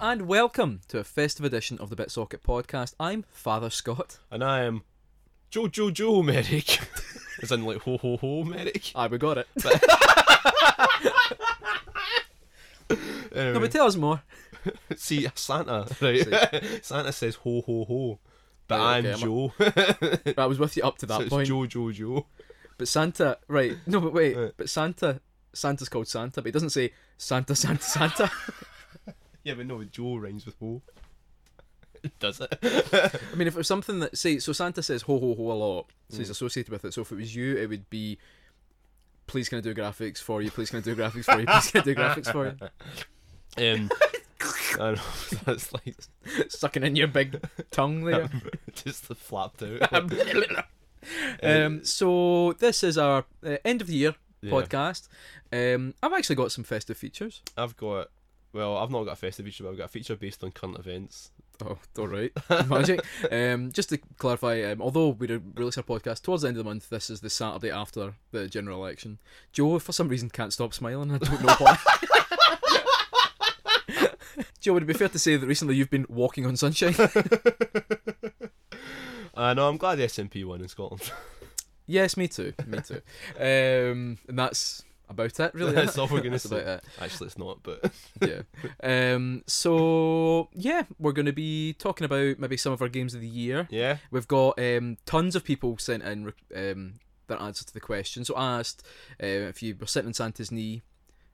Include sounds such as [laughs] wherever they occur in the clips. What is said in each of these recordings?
and welcome to a festive edition of the BitSocket podcast. I'm Father Scott. And I am Joe Joe Joe Medic. [laughs] As in like ho ho ho medic. Aye, Ah, we got it. [laughs] Anyway, No, but tell us more. [laughs] see Santa, right? [laughs] Santa says ho ho ho. But Right, I'm okay, I'm a- Joe. I was with you up to that so [laughs] it's point. Joe Joe Joe. But Santa, right? No, but wait. Right. But Santa, Santa's called Santa, but he doesn't say Santa, Santa, [laughs] Santa. Yeah, but no, Joe rhymes with ho. [laughs] Does it? I mean, if it was something that say, so Santa says ho ho ho a lot, so he's associated with it. So if it was you, it would be, please can I do graphics for you? Please can I do graphics for you? Please can I do graphics for you? [laughs] Um, I know [laughs] that's like Sucking in your big tongue there. just the [laughs] flapped out. um, so this is our uh, end of the year Yeah. podcast. Um, I've actually got some festive features. [laughs] I've got well, I've not got a festive feature, but I've got a feature based on current events. Oh, all right. [laughs] [laughs] Magic. um, just to clarify, um, although we do release our podcast towards the end of the month, this is the Saturday after the general election. Joe, for some reason, can't stop smiling. I don't know [laughs] why. [laughs] Joe, would it be fair to say that recently you've been walking on [laughs] sunshine? I know. I'm glad the SNP won in Scotland. [laughs] yes, me too. Me too. Um, and that's about it, really. That's isn't it? all we're [laughs] gonna That's say. about it. Actually, it's not, but [laughs] yeah. Um, so yeah, we're going to be talking about maybe some of our games of the year. yeah, We've got um, tons of people sent in rec- um, their answers to the question. So I asked uh, if you were sitting on Santa's knee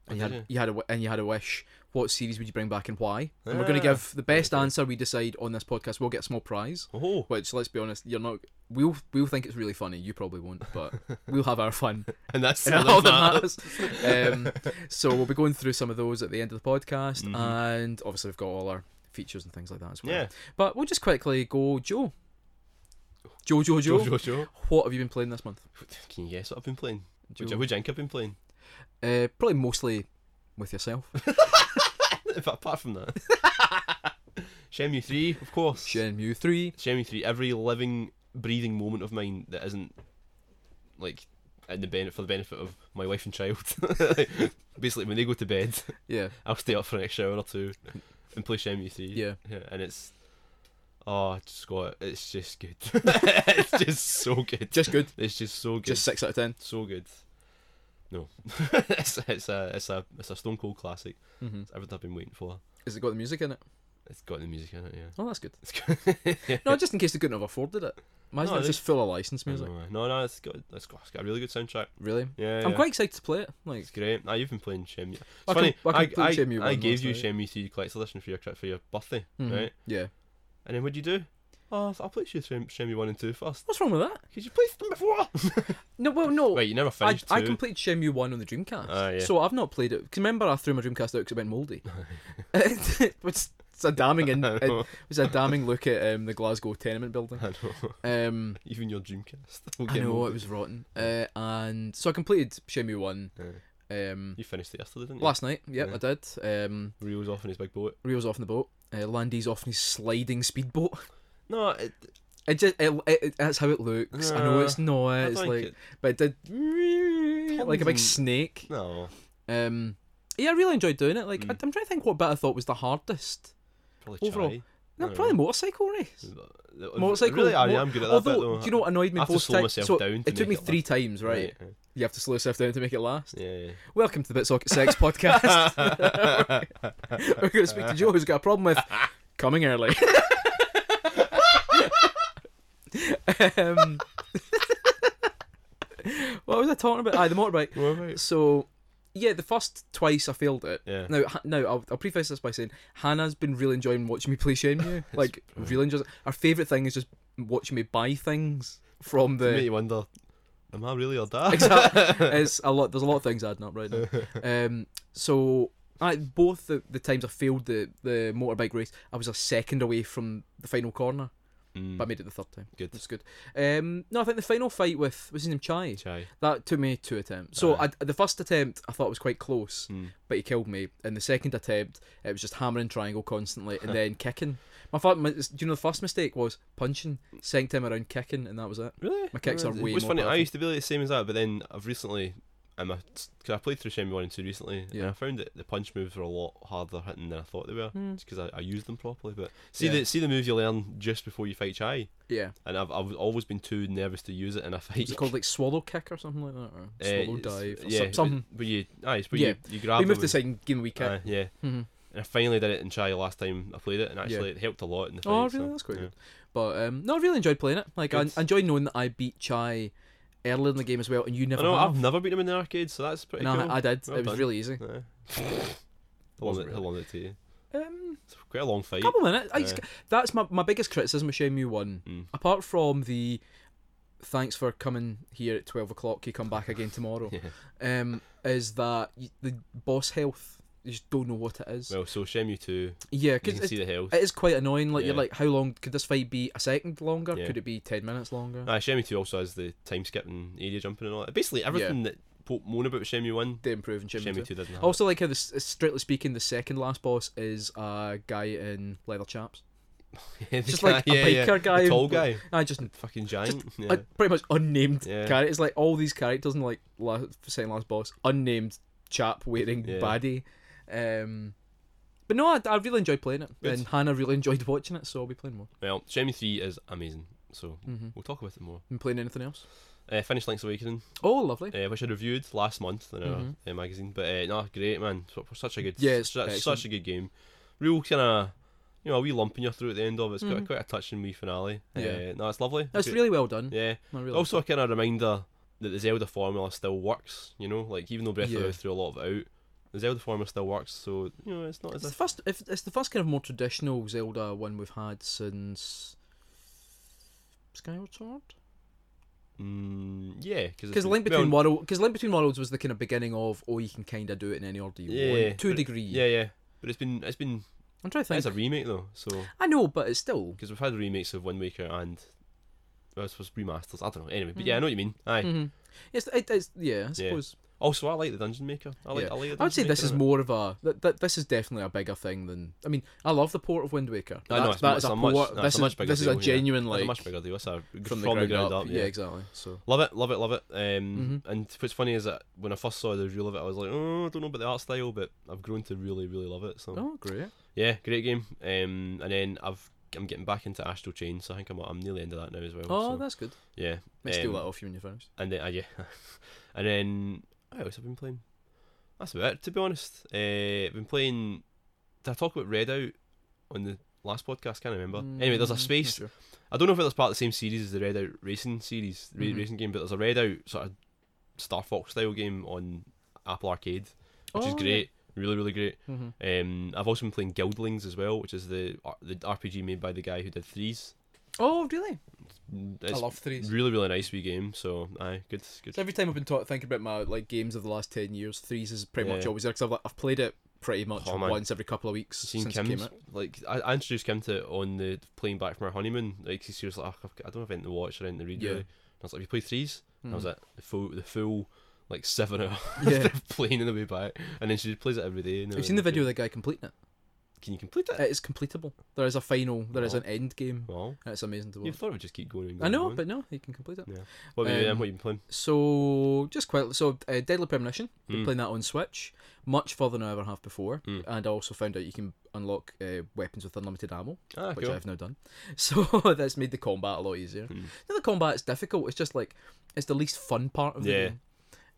and you Oh, had did you had a, wi- and you had a wish, what series would you bring back and why? And we're going Ah, to give the best cool. answer we decide on this podcast. We'll get a small prize. oh, Which, let's be honest, you're not. We'll we'll think it's really funny. You probably won't, [laughs] but we'll have our fun. and [laughs] that's And all all that that matters. matters. Um, [laughs] so we'll be going through some of those at the end of the podcast, Mhm. and obviously we've got all our features and things like that as well. [laughs] Yeah, But we'll just quickly go, Joe. Joe, Joe, Joe. Joe, Joe, Joe. What have you been playing this month? Can you guess what I've been playing? Which, Joe? which ink I've been playing? [laughs] Uh, probably mostly with yourself. If- Apart from that, Shenmue Three, of course. Shenmue Three. Shenmue Three. Every living, breathing moment of mine that isn't like in the benefit for the benefit of my wife and child. [laughs] Basically, when they go to bed, [laughs] Yeah, I'll stay up for an extra hour or two and play Shenmue Three. yeah. Yeah, and it's oh Scott, it's just good. [laughs] it's just so good. Just [laughs] good. It's just so good. Just six out of ten. so good. No, [laughs] it's, it's a it's a it's a Stone Cold classic. Mm-hmm. It's everything I've been waiting for. Has it got the music in it? It's got the music in it. Yeah. Oh, that's good. It's [laughs] good. No, just in case they couldn't have afforded it. Imagine No, it's they- just full of licensed music. no, no, it's got it's got, it's got a really good soundtrack. Really? Mm-hmm. Yeah, I'm yeah. quite excited to play it. Like, It's great. Ah, you've been playing Shenmue. It's I funny. com- I I, completed I- Shenmue I one last gave you night. Shenmue Three Collector's Edition for your for your birthday, mhm, right? Yeah. And then what'd you do? Oh, I'll play you Shen- Shenmue One and Two first. What's wrong with that? Cause you played them before. No, well, no. Wait, you never I, finished I two. completed Shenmue 1 on the Dreamcast. Ah, yeah. So I've not played it. Because remember, I threw my Dreamcast out because it went [laughs] [laughs] mouldy. it's, it's, a damning in, I know. it was a damning look at um, the Glasgow tenement [laughs] building. [laughs] I know. Um, Even your [laughs] Dreamcast. will I get know, molded. it was rotten. Uh, and so I completed Shenmue 1 Yeah. um, You finished it yesterday, didn't you? last night. Yep, Yeah. I did. Um, Reels off in his big boat. Rio's off in the boat. Uh, Landy's off in his sliding speedboat. [laughs] No, it, It just it, it, it- that's how it looks. I know Uh, it's not. I it's don't like, like it. but it did like a big Tons and- snake. no. Um, yeah, I really enjoyed doing it. Like, I, Mm. I'm trying to think what bit I thought was the hardest. Probably Overall, chai. No, I don't probably know. motorcycle race. The- the- Motorcycle. Really, I mo- am good at Hmm. that Although, bit, though. do you know what annoyed me I have to both slow times? myself so down to it took make me it three times, right? You have to slow yourself down to make it last. Yeah. Welcome to the Bitsocket [laughs] Sex Podcast. [laughs] We're going to speak to Joe, who's got a problem [laughs] with coming early. [laughs] um, [laughs] what was I talking about? Aye, the motorbike. What [laughs] about? So, yeah, the first twice I failed it. [laughs] Yeah. Now, Ha- now I'll, I'll preface this by saying Hannah's been really enjoying watching me play [laughs] Shenmue. like, brilliant. really enjoys. it. Her favorite thing is just watching me buy things from [laughs] Make the. you wonder, am I really your dad? [laughs] exactly. It's a lot. There's a lot of things adding up right now. Um. So. I, both the, the times I failed the, the motorbike race, I was a second away from the final corner, Mm, but I made it the third time. good. That's good. Um, no, I think the final fight with was his name Chai. Chai. That took me two attempts. So Aye. I, the first attempt I thought was quite close, Mm. but he killed me. And the second attempt, it was just hammering triangle constantly and [laughs] then kicking. My, fa- my do you know the first mistake was punching, second time around kicking, and that was it. Really? My kicks are way What's more funny, I powerful. used to be like the same as that, but then I've recently I'm a, cause I played through Shenmue 1 and 2 recently, and Yeah. I found that the punch moves were a lot harder hitting than I thought they were, Hmm. because I, I used them properly. But see Yeah. the see the move you learn just before you fight Chai, [laughs] Yeah. and I've, I've always been too nervous to use it in a fight. Is it called like swallow kick or something like that? Or Uh, swallow it's- dive? Or yeah, yeah, something. But you, aye, it's where Yeah. you, you grab. We them moved and- the second game we kick. aye, yeah, Mhm. and I finally did it in Chai last time I played it, and actually it helped a lot in the fight. Oh, so, really? That's quite yeah. good. But um, no, I really enjoyed playing it. Like I, Good. I enjoyed knowing that I beat Chai earlier in the game as well, and you I never. know have. I've never beat him in the arcade, so that's pretty no, cool. I, I did. Well it was done. really easy. [laughs] Aye. How long, Wasn't did- how really. long did it take you? Um, It's quite a long fight. couple minutes. I just, Yeah. that's my my biggest criticism of Shenmue One. [laughs] Mm. Apart from the thanks for coming here at twelve o'clock, you come back again tomorrow. [laughs] Yeah. um, is that y the boss health? You just don't know what it is. Well, so Shenmue 2, yeah, you because can see the health. It is quite annoying. Like you're Yeah. like, how long could this fight be? A second longer? Yeah. Uh, Could it be ten minutes longer? Aye, Shenmue 2 also has the time skip and area jumping and all that. Basically, everything that Pope moan about Shenmue 1, they improve in Shenmue, Oh, Shenmue, 2. 2 doesn't have. Also, like how this, uh, strictly speaking, the second last boss is a guy in leather [laughs] chaps. yeah, [laughs] Just like a biker guy, The tall but- guy. I just Fucking giant. yeah. a pretty much unnamed Yeah. characters. Like all these characters in like la second last boss, unnamed chap wearing Yeah. baddie. Um, but no, I, I really enjoyed playing it, Good. and Hannah really enjoyed [laughs] watching it, so I'll be playing more. Well, Shenmue 3 is amazing, so Mm-hmm. we'll talk about it more. Been playing anything else? Uh, finished Link's Awakening, Oh, lovely. uh, which I reviewed last month in our Mhm. uh, magazine. But uh, no, great, man. Su- Such a good, Yeah, it's such, excellent. such a good game. Real kind of, you know, a wee lump in your throat at the end of it. It's Mhm. quite, quite a touching wee finale. Yeah. Uh, no, it's lovely. That's Great- really well done. Yeah. I really also a kind of reminder that the Zelda formula still works. You know, like even though Breath of the Yeah. Wild threw a lot of it out, the Zelda formula still works. So you know, it's not as It's the if first. If it's the first kind of more traditional Zelda one we've had since Skyward Sword. mm, yeah, because Because Link Between Worlds, because Link Between Worlds was the kind of beginning of oh you can kind of do it in any order you Yeah, want to a but- degree. Yeah, yeah, but it's been it's been I'm trying to think. it's a remake though. So I know, but it's still. because we've had remakes of Wind Waker and well, I suppose remasters. I don't know. Anyway, but yeah, Mm. I know what you mean. Aye. Mhm. It's, it, it's yeah. I suppose Also, I like the Dungeon Maker. I like. Yeah. I, like the I would say Dungeon this Maker is in it. more of a that, that this is definitely a bigger thing than I mean I love the port of Wind Waker. I know, That's- it's that mu- is it's a a much- port- no, this it's a is much bigger this is deal, a yeah. genuine It's a like much bigger deal. It's a from, from, the, ground up. yeah. exactly. So Love it, love it, love it. Um, Mhm. And what's funny is that when I first saw the reel of it, I was like, oh, I don't know about the art style, but I've grown to really, really love it. So oh great. yeah, great game. Um, and then I've I'm getting back into Astral Chain, so I think I'm I'm nearly into that now as well. Oh, so, that's good. yeah. Let's steal um, that off you when you're finished. And then uh, yeah, [laughs] and then what else I've been playing? That's about it, to be honest. Uh, I've been playing. Did I talk about Redout on the last podcast? Can't remember. Anyway, there's Mm, a not space sure. I don't know if it's part of the same series as the Red Out Racing series, ra- Mhm. racing game, but there's a Red Out sort of Star Fox style game on Apple Arcade, which is Oh, yeah. great, really, really great. Mhm. Um, I've also been playing Guildlings as well, which is the R- the RPG made by the guy who did Threes. Oh, really? It's I love threes. really, really nice wee game. So, aye, good, good. So every time I've been talk- thinking about my like games of the last ten years, threes is pretty much Yeah. always there because I've, like, I've played it pretty much Oh, man. once every couple of weeks Seen since it came Kim's out. like I, I introduced Kim to it on the plane back from our honeymoon. Like he was like, "Oh, I don't have anything to watch or anything to read. Yeah. Really. And I was like, "Have you played threes? And I was Mm. like, "The full, the full, like seven [laughs] hour Yeah. playing on the way back, and then she just plays it every day. Have you seen the video of the guy completing it? Can you complete it? It is completable. There is a final. There is Oh. an end game. Well, And it's amazing to you watch. thought it would just keep going. And I going know, and but no, he can complete it. going. yeah. What about you? um, Um, what you been playing? So just quite so uh, Deadly Premonition. Been Mm. playing that on Switch, much further than I ever have before. Mm. And I also found out you can unlock uh, weapons with unlimited ammo, Ah, which cool. I've now done. [laughs] So that's made the combat a lot easier. Mm. Now the combat's difficult. It's just like it's the least fun part of the Yeah. game.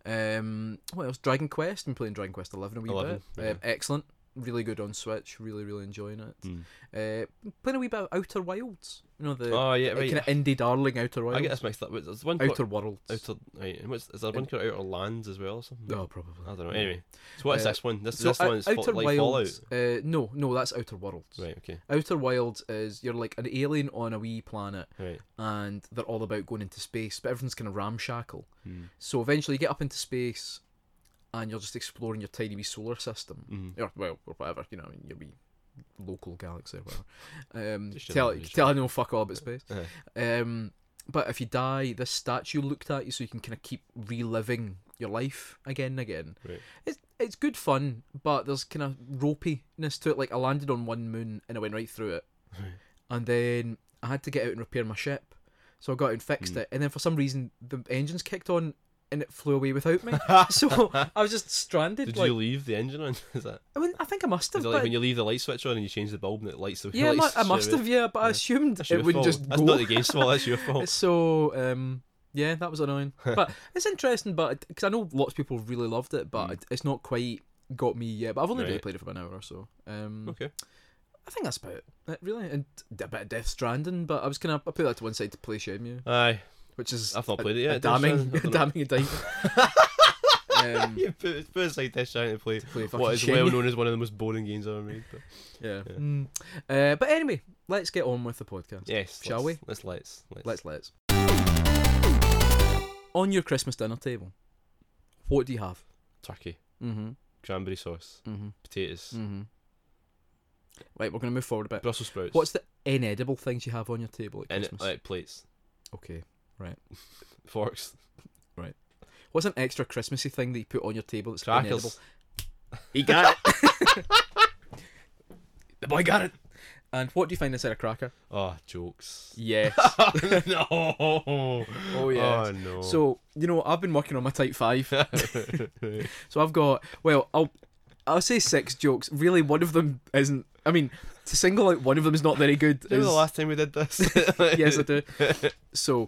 Um, what else? Dragon Quest. I'm playing Dragon Quest Eleven a wee 11, bit. yeah. Um, excellent. Really good on Switch. Really, really enjoying it. Mm. Uh, playing a wee bit of Outer Wilds. You know the Oh yeah, right. kind of indie darling Outer Wilds. I get this mixed up. but There's one called Outer Worlds. outer, right, and what's, is there one called Outer Lands as well or something? Oh, probably. I don't know. Anyway, so what is Uh, this one? This So this Ou- one is Outer like Wilds. Uh, no, no, that's Outer Worlds. Fallout. Right. Okay. Outer Wilds is you're like an alien on a wee planet, Right. and they're all about going into space, but everything's kind of ramshackle. Mm. So eventually you get up into space and you're just exploring your tiny wee solar system. Mm. Or, well, or whatever, you know, your wee local galaxy or [laughs] whatever. Um, Just your tell, knowledge, tell I know fuck all about space. Uh, Um, but if you die, this statue looked at you so you can kind of keep reliving your life again and again. Right. It's, it's good fun, but there's kind of ropiness to it. Like I landed on one moon and I went right through it. Right. And then I had to get out and repair my ship. So I got out and fixed Hmm. it. And then for some reason, the engines kicked on and it flew away without [laughs] me. so I was just stranded. Did like, you leave the engine on? [laughs] Is that I, mean, I think I must have. is it like but- when you leave the light switch on and you change the bulb and it lights the yeah, I mu- [laughs] lights I must straight have. Yeah, but I Yeah. assumed That's your it would fault. just That's go. not the game's fault. That's [laughs] your fault. So um, yeah, that was [laughs] annoying. But it's interesting. But because I know lots of people really loved it, but Mm. it- it's not quite got me yet. But I've only really Right. played it for about an hour or so. Um, okay. I think that's about it, really. And a bit of Death Stranding, but I was gonna I put that to one side to play Shenmue, Aye, which is I've not a- played it a yet. damning, a [laughs] Death Stranding. damning indictment. [laughs] um, you put, put aside this trying to play to play fucking what is Shenmue. well known as one of the most boring games I've ever made. [laughs] But Yeah. Yeah. Mm. Uh, but anyway, let's get on with the podcast. yes, Shall let's- Let's let's let's. Let's let's. [laughs] On your Christmas dinner table, what do you have? turkey, Mm-hmm. cranberry sauce, Mm-hmm. potatoes, Mm-hmm. Right, we're gonna move forward a bit. Brussels sprouts. What's the inedible things you have on your table at in Christmas? it? Like plates, okay. forks, What's an extra Christmassy thing that you put on your table that's inedible? crackers. He got it. [laughs] the boy got it. And what do you find inside a cracker? Oh, jokes. [laughs] Yes. [laughs] no. Oh yes. Oh no. [laughs] so you know, I've been working on my type five. So I've got well, I'll I'll say six jokes. Really, one of them isn't. I mean, to single out one of them is not very good. Do you remember the is- last time we did [laughs] this? yes, I do. So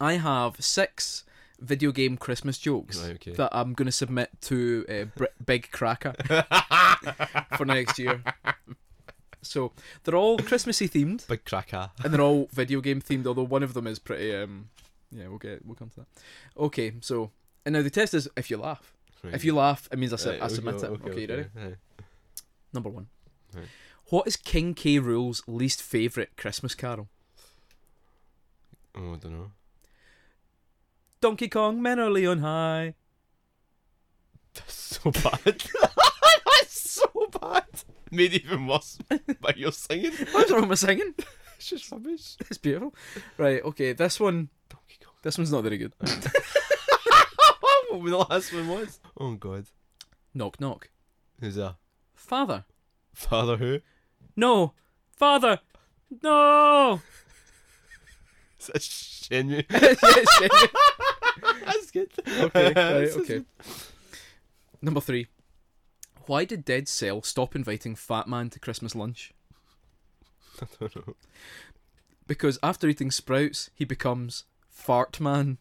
I have six video game Christmas jokes Right, okay. that I'm going to submit to uh, Br- Big Cracker for next year. So they're all Christmassy themed Big cracker. and they're all video game themed. Although one of them is pretty. um Yeah, we'll get we'll come to that. Okay, so and now the test is if you laugh. If you laugh, it means I, Right, sub- I okay, submit it. Okay, you ready? okay. Number one. Right. What is King K. Rool's least favourite Christmas carol? Oh, I don't know. Donkey Kong, men are on high. [laughs] That's so bad. [laughs] That's so bad. Made even worse by your singing. What's wrong with my singing? [laughs] [laughs] It's just rubbish. It's beautiful. Right, okay, this one, Donkey Kong. this one's not very good. [laughs] What was the last one was? Oh God. Knock, knock. Who's that? Father. Father who? No. Father. No. [laughs] Is that Shenmue? Yes, yes. [laughs] That's [laughs] good. okay, right, That's [laughs] so okay. good. Number three. Why did Dead Cell stop inviting Fat Man to Christmas lunch? I don't know. Because after eating sprouts, he becomes Fart Man.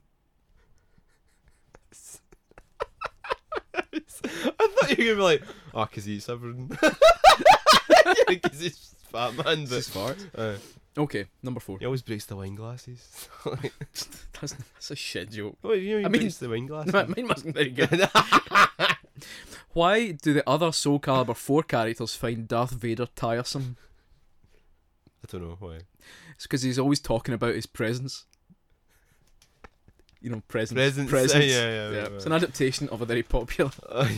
I thought you were gonna be like, oh, 'cause he's [laughs] everyone. yeah, 'cause he's fat man. But, fart. uh, Okay, number four. he always breaks the wine glasses. [laughs] like, [laughs] That's, that's a shit joke. [laughs] oh, you know, [laughs] he I mean- breaks the wine glasses. Mine mine wasn't very [laughs] good. Why do the other Soul Calibur 4 characters find Darth Vader tiresome? I don't know why. It's because he's always talking about his presence. You know, presence. [laughs] Presents, uh, Presence. yeah, yeah, right, It's right. an adaptation of a very popular. [laughs] Uh,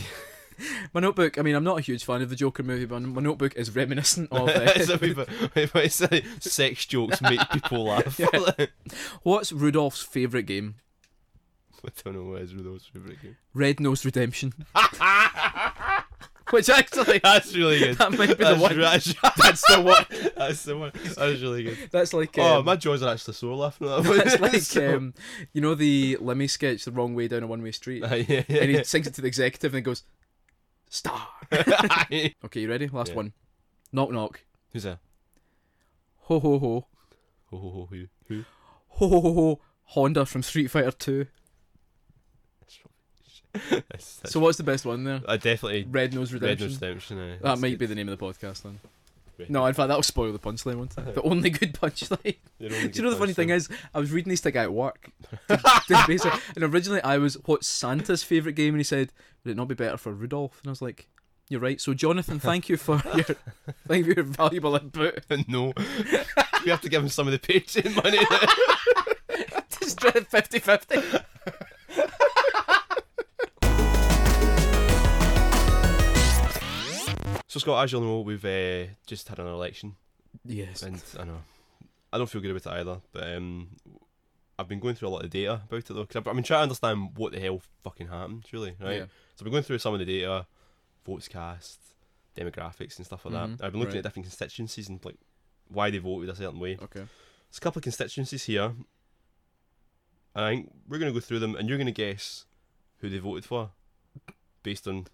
My notebook, I mean, I'm not a huge fan of the Joker movie, but my notebook is reminiscent [laughs] of so uh, we- but- but it's like sex jokes make people laugh. [laughs] [laughs] What's Rudolph's favourite game? I don't know what is Rudolph's favourite game. Red Nose [laughs] Redemption. Which actually, [laughs] That's really good. that might be the That's, one. re- that's, [laughs] That's the one. that's the one. That was really [laughs] good. That's like. oh, um, my jaws are actually sore laughing at that [laughs] one. [laughs] That's like, So- um, you know, the Lemmy sketch, The Wrong Way Down a One Way Street? Ah, [laughs] yeah, yeah, And he yeah. sings it to the executive and he goes, Star. Okay, you ready? Last Yeah. one. Knock, knock. Who's that? Ho, ho, ho. Ho, ho, ho, who? Who? Ho, ho, ho, ho. Honda from Street Fighter 2. That's rubbish. That's- that's- So, what's the best one there? I definitely Red Nose Red Redemption. Nose Redemption. aye. that That's might good. be the name of the podcast then. Red No, in fact, that'll spoil the punchline, won't [laughs] it? The only good punchline. They're only Do you know the good funny thing punchline. is, I was reading this to a guy at work. [laughs] to- to basically- and originally I was, what's Santa's favourite game? And he said, would it not be better for Rudolph? And I was like, you're right. So Jonathan, thank you [laughs] for your, thank you for your valuable input. no, [laughs] we have to give him some of the [laughs] Patreon money. Just 50-50. so Scott, as you'll know, we've uh, just had an election, Yes. and I know I don't feel good about it either. But um, I've been going through a lot of data about it though, because I've I've been trying to understand what the hell fucking happened, really, right? Yeah. So I've been going through some of the data, votes cast, demographics, and stuff like Mhm, that. I've been looking right. at different constituencies and like why they voted a certain way. Okay. There's a couple of constituencies here. and I think we're gonna go through them, and you're gonna guess who they voted for, based on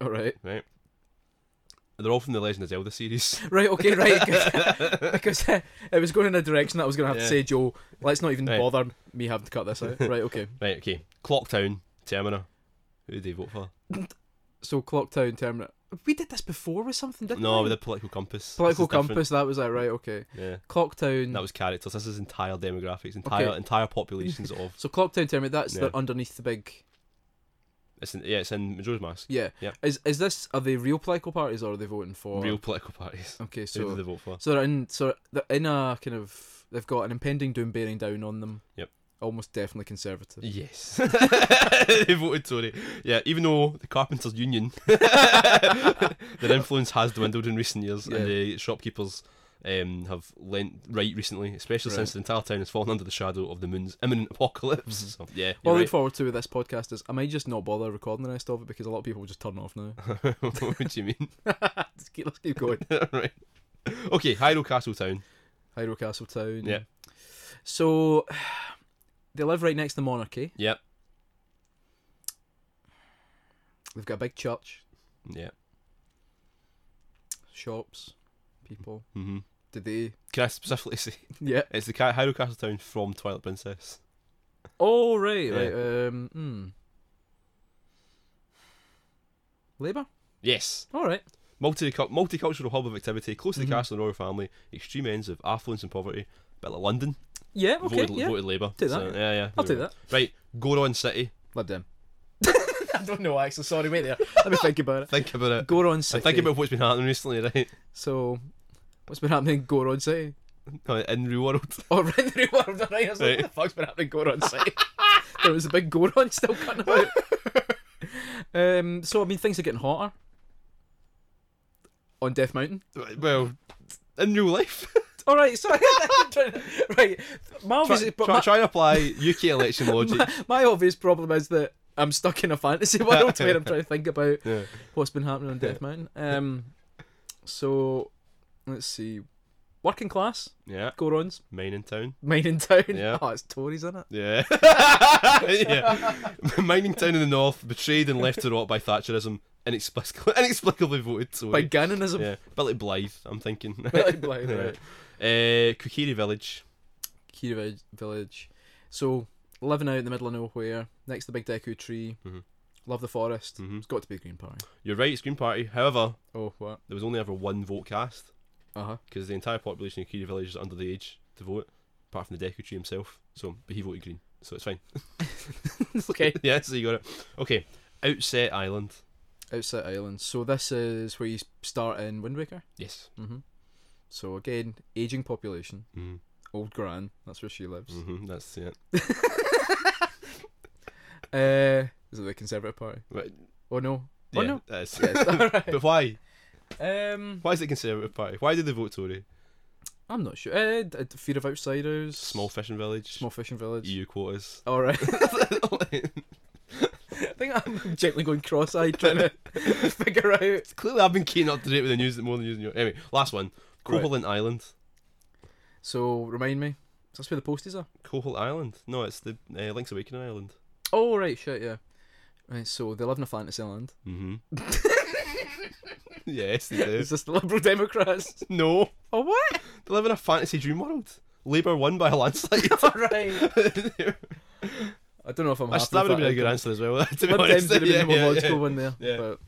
All right. they're all from the Legend of Zelda series. Right. Okay. Right. 'cause- [laughs] because uh, it was going in a direction that I was going to have Yeah. to say, Joe. Let's not even Right. bother me having to cut this [laughs] out. Right. Okay. Right, okay. Clocktown, Termina. Who did they vote for? So Clock Town Terminal. We did this before with something, didn't No, we? with the political compass. This Political is different. Compass. That was it. Right. Okay. Yeah, Clock Town. that was characters. This is entire demographics, entire Okay. entire populations of. So Clock Town Terminal. That's Yeah. the underneath the big. It's in, yeah, it's in Majora's Mask. Yeah. Yep. Is is this are they real political parties or are they voting for Real political parties. Okay, Who so did they vote for? so they're in so they're in a kind of they've got an impending doom bearing down on them. Yep. Almost definitely conservative. [laughs] Yes, [laughs] they voted Tory. Yeah, even though the carpenters' [laughs] union, their influence has dwindled in recent years, Yeah. and the shopkeepers um, have lent right recently, especially since Right. the entire town has fallen under the shadow of the moon's imminent apocalypse. So, yeah, What I you're look forward to with this podcast is I might just not bother recording the rest of it because a lot of people will just turn off now. [laughs] right. [laughs] what do you mean? Let's keep, let's keep going. right. Okay, Hyrule Castle Town. Hyrule Castle Town. Yeah. So [sighs] they live right next to the monarchy. Yep. They've got a big church, Yeah. shops, people. hmm Did [laughs] they? Can I specifically say Yeah. it's the Ca- Hyrule Castle Town from Twilight Princess? Oh right, Yeah. right. Um, hmm. Labour. Yes. All right. Multi- multicultural hub of activity, close to the Mhm. castle and royal family, extreme ends of affluence and poverty. Bit like London. Yeah. Okay. voted, yeah. voted Labour. Take that. So, yeah, yeah. I'll there take we that. go. Right, Goron City. Love them. [laughs] I don't know. Actually, sorry. Wait there. Let me think about [laughs] it. Think about it. Goron And City. think about what's been happening recently, right? [laughs] So, what's been happening in Goron City? In real world. [laughs] [laughs] Oh, right, the world. Right. I was like, what Right. the fuck's been happening in Goron [laughs] City? there was a big Goron still cutting about. um. So I mean, things are getting hotter. On Death Mountain. Well, in real [laughs] life. All right. Sorry. I'm trying to- right. My obvious, try, but try, my- try and apply UK election logic. [laughs] My obvious problem is that I'm stuck in a fantasy [laughs] world where I'm trying to think about Yeah. what's been happening on [laughs] Death Mountain. Um, so let's see, working class yeah. Gorons, Mine in town. mining town. Yeah. [laughs] Oh, it's Tories in it. Yeah. [laughs] yeah. [laughs] Mining town in the north, betrayed and left to rot by Thatcherism, inexplicably, [laughs] inexplicably voted [laughs] Tory. By Gannonism. yeah. Bit like Blythe, I'm thinking. [laughs] Like, like, right. Uh, Kukiri Village. Kira Village- Village. So living out in the middle of nowhere, next to the big Deku tree. Mhm. Love the forest. Mhm. It's got to be Green Party. You're right, it's Green Party. However, Oh what? there was only ever one vote cast Uh huh. because the entire population of Kukiri Village is under the age to vote, apart from the Deku Tree himself. So, but he voted Green, so it's fine. [laughs] okay. [laughs] yeah, so you got it. Okay, Outset Island. Outside Island. So this is where you start in Wind Waker. Yes. hmm So again, aging population, hmm old gran. That's where she lives. hmm that's it. Uh, is it the Conservative Party? Right. Oh no. Oh Yeah, no. that is- [laughs] Yes. All right. But why? Um, Why is it Conservative Party? Why did they vote Tory? I'm not sure. Uh, d- d- fear of outsiders. Small fishing village. Small fishing village. EU quotas. [laughs] All right. [laughs] I think I'm gently going cross-eyed trying to [laughs] figure out. Clearly, I've been keen up to date with the news more than using your. Anyway, last one. Right. Koholint Island. So remind me. That's where the posties are. Koholt Island. No, it's the uh, Link's Awakening Island. Oh right, shit, yeah. Right, so they live in a fantasy land. [laughs] Mm-hmm. [laughs] yes, they do. Is this the Liberal [laughs] Democrats? No, Oh what? they live in a fantasy dream world. Labour won by [laughs] a landslide. [laughs] All [laughs] right. That's- I don't know if I'm. happy with that would have been a good outcome. answer as well. [laughs] To be Lib Dems honest, would have been yeah, the more yeah, logical yeah. one there. Yeah. But,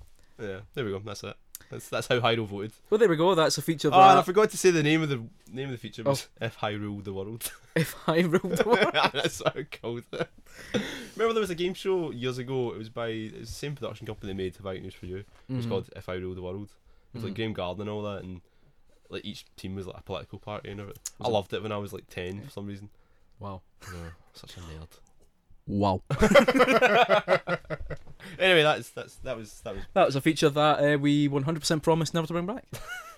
Yeah, there we go. That's it. That's that's how Hyrule voted. well, there we go. That's a feature of Oh, and I that. forgot to say the name of the name of the feature was Oh. "If Hyrule the World." [laughs] [laughs] [laughs] If I ruled the world. That's what I called it. [laughs] Remember, there was a game show years ago. It was by it was the same production company that made "Have I Got News for You." It was Mhm. called "If I Rule the World." It was like Mhm. Graham Garden and all that, and like each team was like a political party and everything. I Was it- loved it when I was like ten for some reason. Wow. Such a nerd. Wow. [laughs] anyway, that's that's that was that was That was a feature that uh, we 100% promised never to bring back.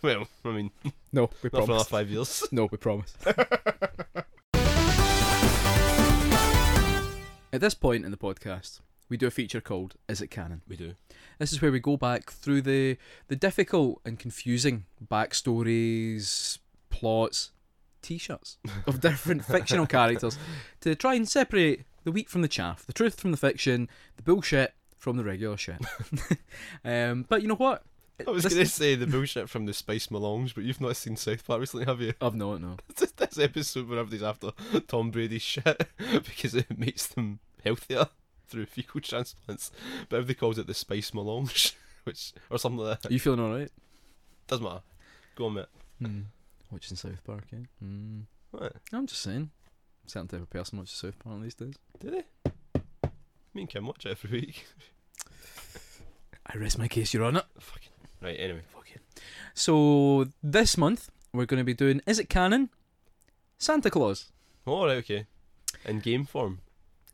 well. I mean, No, we not for another five years. No, we promised. At this point in the podcast, we do a feature called Is It Canon? We do. This is where we go back through the, the difficult and confusing backstories, plots, T-shirts [laughs] of different fictional characters to try and separate the wheat from the chaff, the truth from the fiction, the bullshit from the regular [laughs] shit. um, but you know what? I was This- going to say the bullshit from the Spice Malongs, but you've not seen South Park recently, have you? [laughs] I've not Oh, no. This- this episode where everybody's after Tom Brady's shit [laughs] because it makes them healthier through fecal transplants. But everybody calls it the Spice Melange, [laughs] which or something like that. Are you feeling all right? Doesn't matter. Go on, mate. Mm. Watching South Park, eh? Mm. What? I'm just saying. Certain type of person watches South Park these days. Do they? Me and Kim watch it every week. I rest my case, Your Honour. Fucking right. Anyway, fucking So this month we're going to be doing is it canon? Santa Claus, all right. Okay. In game form.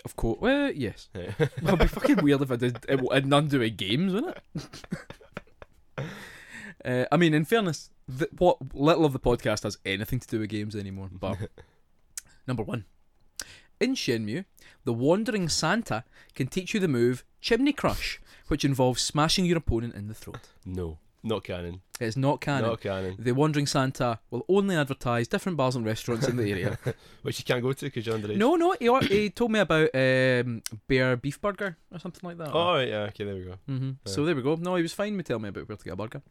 of course. Well, yes. [laughs] [laughs] Yeah. Well, it'd be fucking weird if I did it, w- and none doing games, wouldn't it? [laughs] uh, I mean, in fairness, th- what little of the podcast has anything to do with games anymore. But number one, in Shenmue, the wandering Santa can teach you the move Chimney Crush, which involves smashing your opponent in the throat. No, not canon. It's not canon. Not canon. The Wandering Santa will only advertise different bars and restaurants in the [laughs] area. Which you can't go to because you're underage. no, no, he, al- he told me about um, Bear Beef Burger or something like that. Oh, all right. Yeah. Okay. There we go. hmm Yeah. So there we go. No, he was fine with telling me about where to get a burger.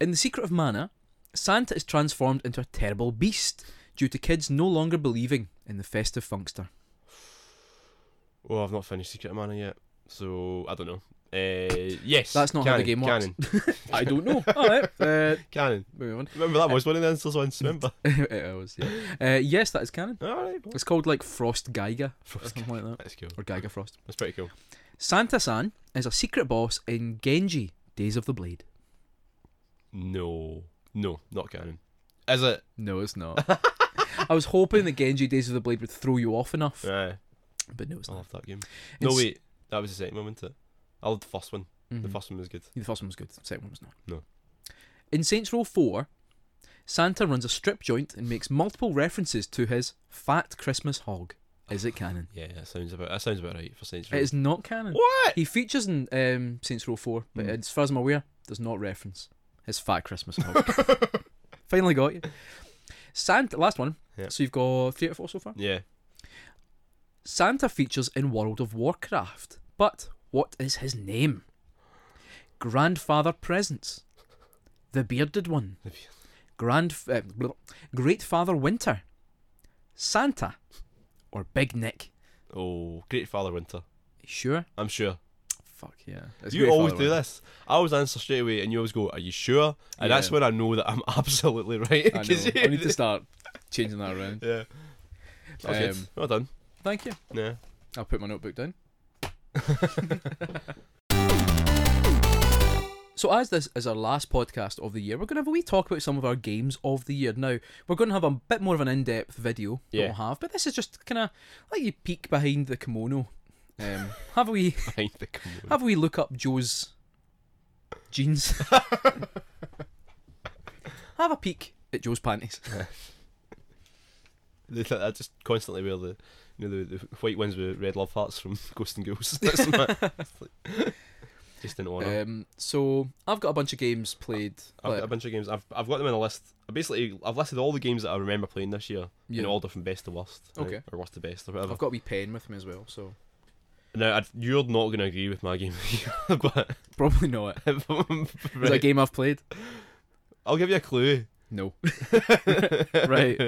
In The Secret of Mana, Santa is transformed into a terrible beast due to kids no longer believing in the festive funkster. Well, Oh, I've not finished Secret of Mana yet, so I don't know. Uh, yes, That's not how the game works. Canon, [laughs] I don't know. All [laughs] right. Uh, canon. moving on. [laughs] Remember that was one of the answers once. Remember? It was, yeah. Uh, yes, that is canon. All right, It's called like Frost Geiger or Frost. something like that. That's cool. Or Geiger Frost. That's pretty cool. Santa San is a secret boss in Genji Days of the Blade. No, no, not canon. Is it? No, it's [laughs] not. I was hoping that Genji Days of the Blade would throw you off enough, Aye, but no, it's I not. love that game. No, It's- wait, that was the second one, wasn't it? I loved the first one. The Mhm. first one was good. The first one was good. The second one was not. No. In Saints Row 4, Santa runs a strip joint and makes multiple references to his fat Christmas hog. Is it canon? Yeah, that sounds about. That sounds about right for Saints Row. it is not canon. What? He features in um, Saints Row 4, but Mm. as far as I'm aware, does not reference his fat Christmas hog. Finally got you. Santa, last one. Yeah. So you've got three out of four so far. [laughs] Yeah. Santa features in World of Warcraft, but what is his name? Grandfather Presents, the Bearded One, The Beard- Grand, uh, blah, Great Father Winter, Santa, or Big Nick. Oh, Great Father Winter. You Sure. I'm sure. Fuck yeah. It's you Great always Father do Winter. this. I always answer straight away, and you always go, "Are you sure?" And that's Yeah. when I know that I'm [laughs] absolutely right. [laughs] 'cause I know. you- I need to [laughs] start changing that around. Yeah. That was good. Um, Well done. Thank you. Yeah. [laughs] I'll put my notebook down. So, as this is our last podcast of the year, we're going to have a wee talk about some of our games of the year. Now, we're going to have a bit more of an in depth video Yeah. that we'll have, but this is just kind of like you peek behind the kimono. Um, [laughs] have a wee, Behind the commode. have a wee look up Joe's jeans. [laughs] have a peek at Joe's panties. They- I just constantly wear the you know the, the white ones with red love hearts from [laughs] Ghost and Ghouls. That's my, [laughs] just in honour. Um, so, I've got a bunch of games played. Oh, I've got like- a bunch of games. I've I've got them in a list. I basically I've listed all the games that I remember playing this year Yeah. in order from best to worst. right? Okay. Or worst to best or whatever. I've got a wee pen with me as well, so Now I'd, you're not going to agree with my game, [laughs] but [laughs] probably not. Is that a right. game I've played? I'll give you a clue. [laughs] No. [laughs] Right.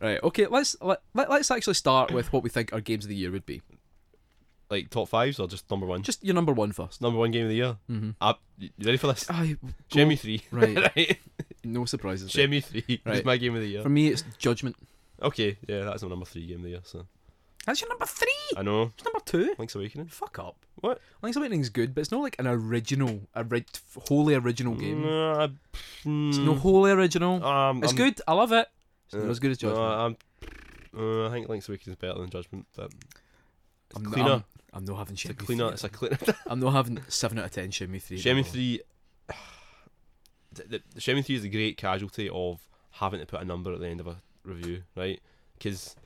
Right. Okay. Let's let, let, let's actually start with what we think our games of the year would Mm-hmm. be. Like top fives or just number one? Just your number one first. number one game of the year. Mm-hmm. Uh, you ready [laughs] for this? I Shemmy three. Oh, right. [laughs] right. No surprises. there. Shemmy three is Right. my game of the year. For me, it's Judgment. Okay, yeah, that's my number three game of the year. So That's your number three. I know It's number two. Link's Awakening. Fuck up. What? Link's Awakening's good, but it's not like an original, a red, wholly original game. No, Mm, I, hmm. It's no wholly original. um, it's I'm- good. I love it. It's uh, not as good as no, Judgment. I'm- uh, I think Link's Awakening is better than Judgment, but it's I'm, cleaner. I'm, I'm not having it's a Shemmy cleaner. three. It's a cleaner. I'm not having seven out of ten Shemmy three. Shemmy three. [sighs] The, the, the Shemmy three is a great casualty of having to put a number at the end of a review, right? Because [sighs]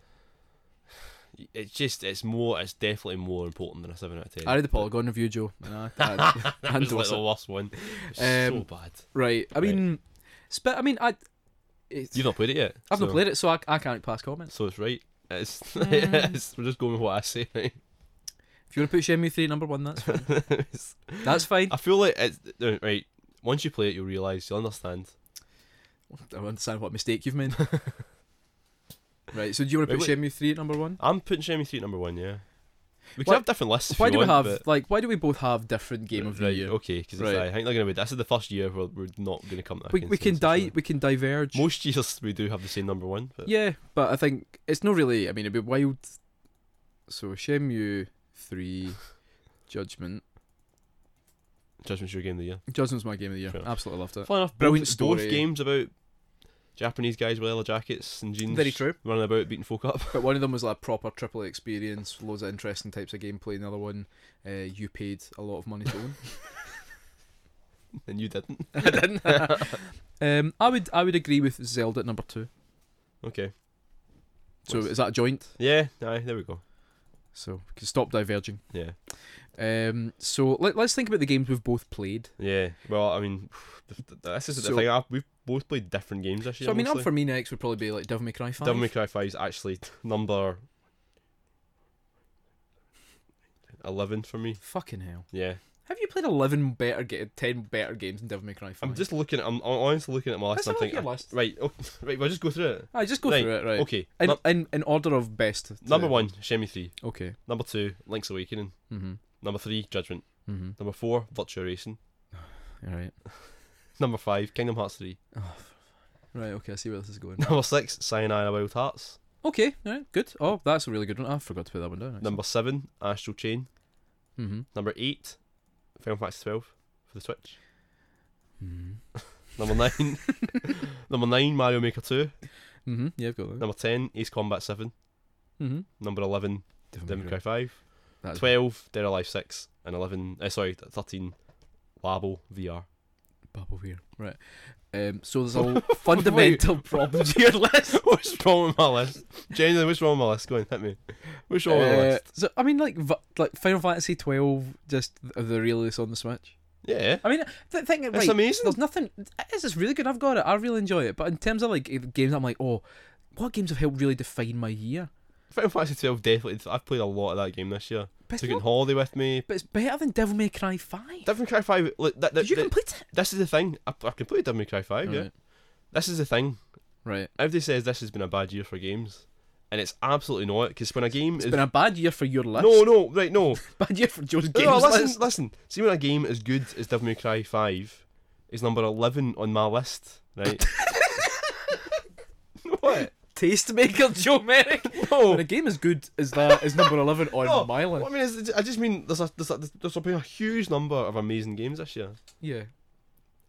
it's just it's more. It's definitely more important than a seven out of ten. I read the [laughs] Polygon review, Joe. and I- I- [laughs] that was like endorse the it. worst one. It was so Um, bad. Right. I Right. mean, spe- I mean, I. it's, You've not played it yet. I've so, not played it, so I, I can't pass [laughs] comments. So it's right. It's, [laughs] Mm. it's we're just going with what I say. Right? [laughs] If you want to put Shenmue three at number one, that's fine. that's [laughs] fine. I feel like it's no, right. Once you play it, you'll realize you'll understand. I don't understand what mistake you've [laughs] made. right, so do you want to Wait, put wait. Shenmue three at number one? I'm putting Shammy Three at number one. Yeah, we can Why- have different lists. if Why you do we want, have but- like? Why do we both have different game of the Right, year? Okay, because Right. I think they're gonna be. This is the first year where we're not gonna come. To a We, we can consensus on di- it. we can diverge. Most years we do have the same number one. But Yeah, but I think it's not really. I mean, it'd be wild. So Shenmue three, Judgment. Judgment's your game of the year. Judgment's my game of the year. Fair enough. Absolutely loved it. Fun enough. Brilliant both, story. Both games about Japanese guys with leather jackets and jeans. Very true. Running about beating folk up. [laughs] But one of them was like a proper AAA experience, loads of interesting types of gameplay. Another one, uh, you paid a lot of money to [laughs] own. [laughs] and you didn't. I didn't. [laughs] um, I would I would agree with Zelda at number two. Okay. So What's- is that a joint? Yeah. Aye. There we go. So we can stop diverging. Yeah. Um, so let, let's think about the games we've both played. Yeah. Well, I mean, [sighs] th- th- this is So- the thing. I, we've both played different games this year. So I mean, up mostly. for me next would probably be like Devil May Cry Five. Devil May Cry 5 is actually number 11 for me. Fucking hell! Yeah. Have you played eleven better, ga- ten better games than Devil May Cry Five? I'm just looking, I'm, I'm honestly looking at my list. Let's and I'm have a look thinking, at your list. right, oh, [laughs] right, we'll just go through it. Aye, just go Right, through it, right? Okay. In, num- in in order of best. to- number one, Shemi 3. Okay. Number two, Link's Awakening. Mhm. Number three, Judgment. Mhm. Number four, Virtua Racing. All right. Number five, Kingdom Hearts 3. Right. Okay. I see where this is going. Number six, Cyanide and Wild Hearts. Okay. All right. Good. Oh, that's a really good one. I forgot to put that one down. Mm-hmm. Number seven, Astral Chain. Actually. Number eight, Final Fantasy 12 for the Switch. Mhm. Number nine, [laughs] number nine, Mario Maker 2. Mhm. Yeah, I've got that. Number 10, Ace Combat 7. Mhm. Number 11, Oh Devil May Cry 5. That's 12, Dead or Alive 6. And 11, uh, sorry, 13, Labo VR. bubble here. Right. Um. So there's a l- [laughs] [laughs] fundamental problem to your list. What's wrong with my list? Genuinely, what's wrong with my list? Go on, hit me. What's wrong with my Uh, list? so I mean, like, v- like Final Fantasy twelve, just th- the release on the Switch. Yeah. I mean, th- think It's right. amazing. There's nothing. This is really good. I've got it. I really enjoy it. But in terms of like eh, games, I'm like, oh, what games have helped really define my year? Final Fantasy 12 definitely. I've played a lot of that game this year. But it's, Took it on not, holiday with me. but it's better than Devil May Cry Five. Devil May Cry 5. Look, that, that, Did you that- complete it? this is the thing. I, I completed Devil May Cry 5, yeah. Right. This is the thing. right. Everybody says this has been a bad year for games. And it's absolutely not. Because when a game It's is. been a bad year for your list. no, no, right, no. bad year for Joe's No, games no, listen, list. listen. See when a game as good as Devil May Cry Five is number eleven on my list, [laughs] right? what? Tastemaker [laughs] Joe Merrick. No. When a game as good as that is number eleven on No, my list. What I mean is, I just mean there's a, there's a, there's been a huge number of amazing games this year. Yeah.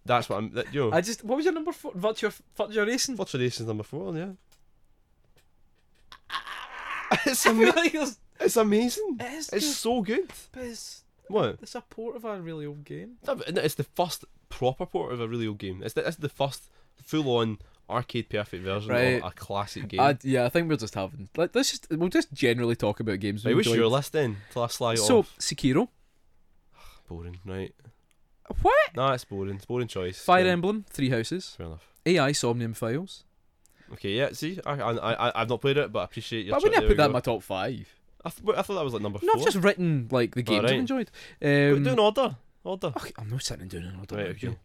That's what I'm. That, you know, I just what was your number four? Virtua Virtua Racing. Virtua Racing's number four, [laughs] yeah. It's I feel ama- [laughs] like there's- it's amazing. it is It's good, so good. but it's What? the support of a really old game. No, but It's the first proper port of a really old game. It's the, it's the first full-on arcade perfect version Right. of a classic game. I, yeah, I think we're just having like let's just we'll just generally talk about games. I we wish enjoyed. your list then till I slide so off. Sekiro, oh, Boring, right? what? Nah, it's boring. It's boring choice. Fire Yeah, Emblem, Three Houses, Fair enough. AI Somnium Files. Okay, yeah. See, I, I, I, I've not played it, but I appreciate your. But I wouldn't cho- have put that there in we my go. top five. I, th- but I thought that was like number No, four. I've just written like the games I've Alright. enjoyed. But Um, Oh, do an order. Order. ugh, I'm not sitting down and Right, doing okay.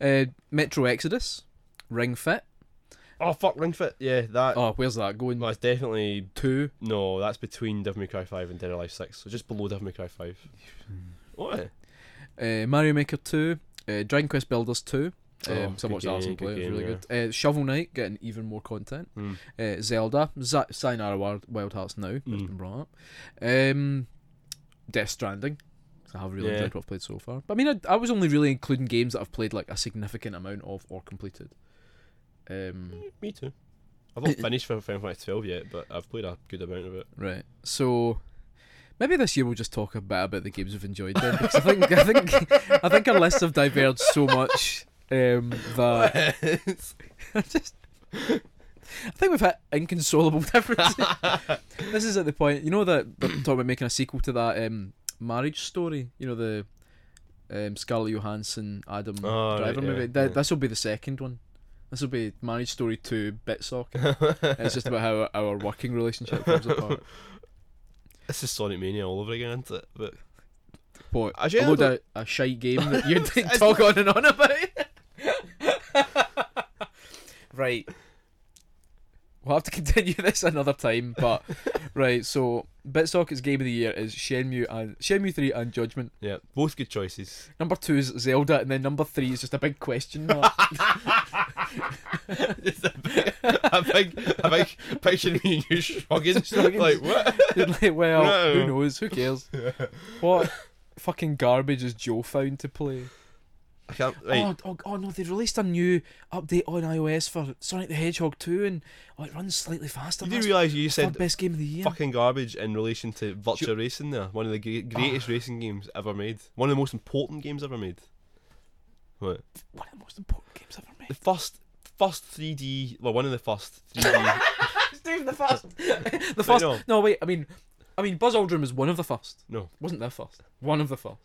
it. Uh, Metro Exodus, Ring Fit. Oh fuck, Ring Fit. Yeah, that. Oh, where's that going? No, it's definitely Two. no. That's between Devil May Cry Five and Dead or Alive Six. So just below Devil May Cry Five. Hmm. Oh, What? Uh, Mario Maker 2, uh, Dragon Quest Builders 2. Um, Oh, so I good watched that game, awesome good play, it was game, really yeah. good. Uh, Shovel Knight, getting even more content. Mm. Uh, Zelda, Z- Sayonara Wild, Wild Hearts Now, that's Mm. been brought up. Um, Death Stranding, 'cause I have really Yeah. enjoyed what I've played so far. But I mean, I, I was only really including games that I've played like a significant amount of or completed. Um, Me too. I've not finished Final Fantasy Twelve yet, but I've played a good amount of it. right, so maybe this year we'll just talk a bit about the games we've enjoyed then, because I think I think I think our lists have diverged so much um, that. [laughs] I just. I think we've hit inconsolable [laughs] differences. this is at the point, you know, that they're talking about making a sequel to that um, marriage story. You know, the um, Scarlett Johansson, Adam Oh, right, Driver yeah, movie. yeah. This will be the second one. This will be Marriage Story 2 Bitsock. it's just about how our working relationship comes apart. This is Sonic Mania all over again, isn't it? But But Actually, I a load don't- of a shite game [laughs] that you did talk on and on about. [laughs] right. We'll have to continue [laughs] this another time, [laughs] but right, so Bitsocket's game of the year is Shenmue and Shenmue 3 and Judgment. yeah, both good choices. [laughs] Number two is Zelda, and then number three is just a big question [laughs] mark. It's a big, a big, a big picture of me and you [laughs] shrugging, Shrugging. like what? like, well, No. who knows? Who [laughs] cares? What fucking garbage is Joe found to play? I can't. Right, Oh, oh, oh no, they released a new update on iOS for Sonic the Hedgehog 2 and oh, it runs slightly faster. you do That's realise you the said third best game of the year. fucking garbage in relation to virtual racing there. One of the gre- Ah. greatest racing games ever made. One of the most important games ever made. What? One of the most important games ever The made. first first 3D, well one of the first 3D. Steve, the [laughs] first. the I first. know. No, wait, I mean, I mean, Buzz Aldrin was one of the first. [laughs] No. Wasn't the first. One of the first.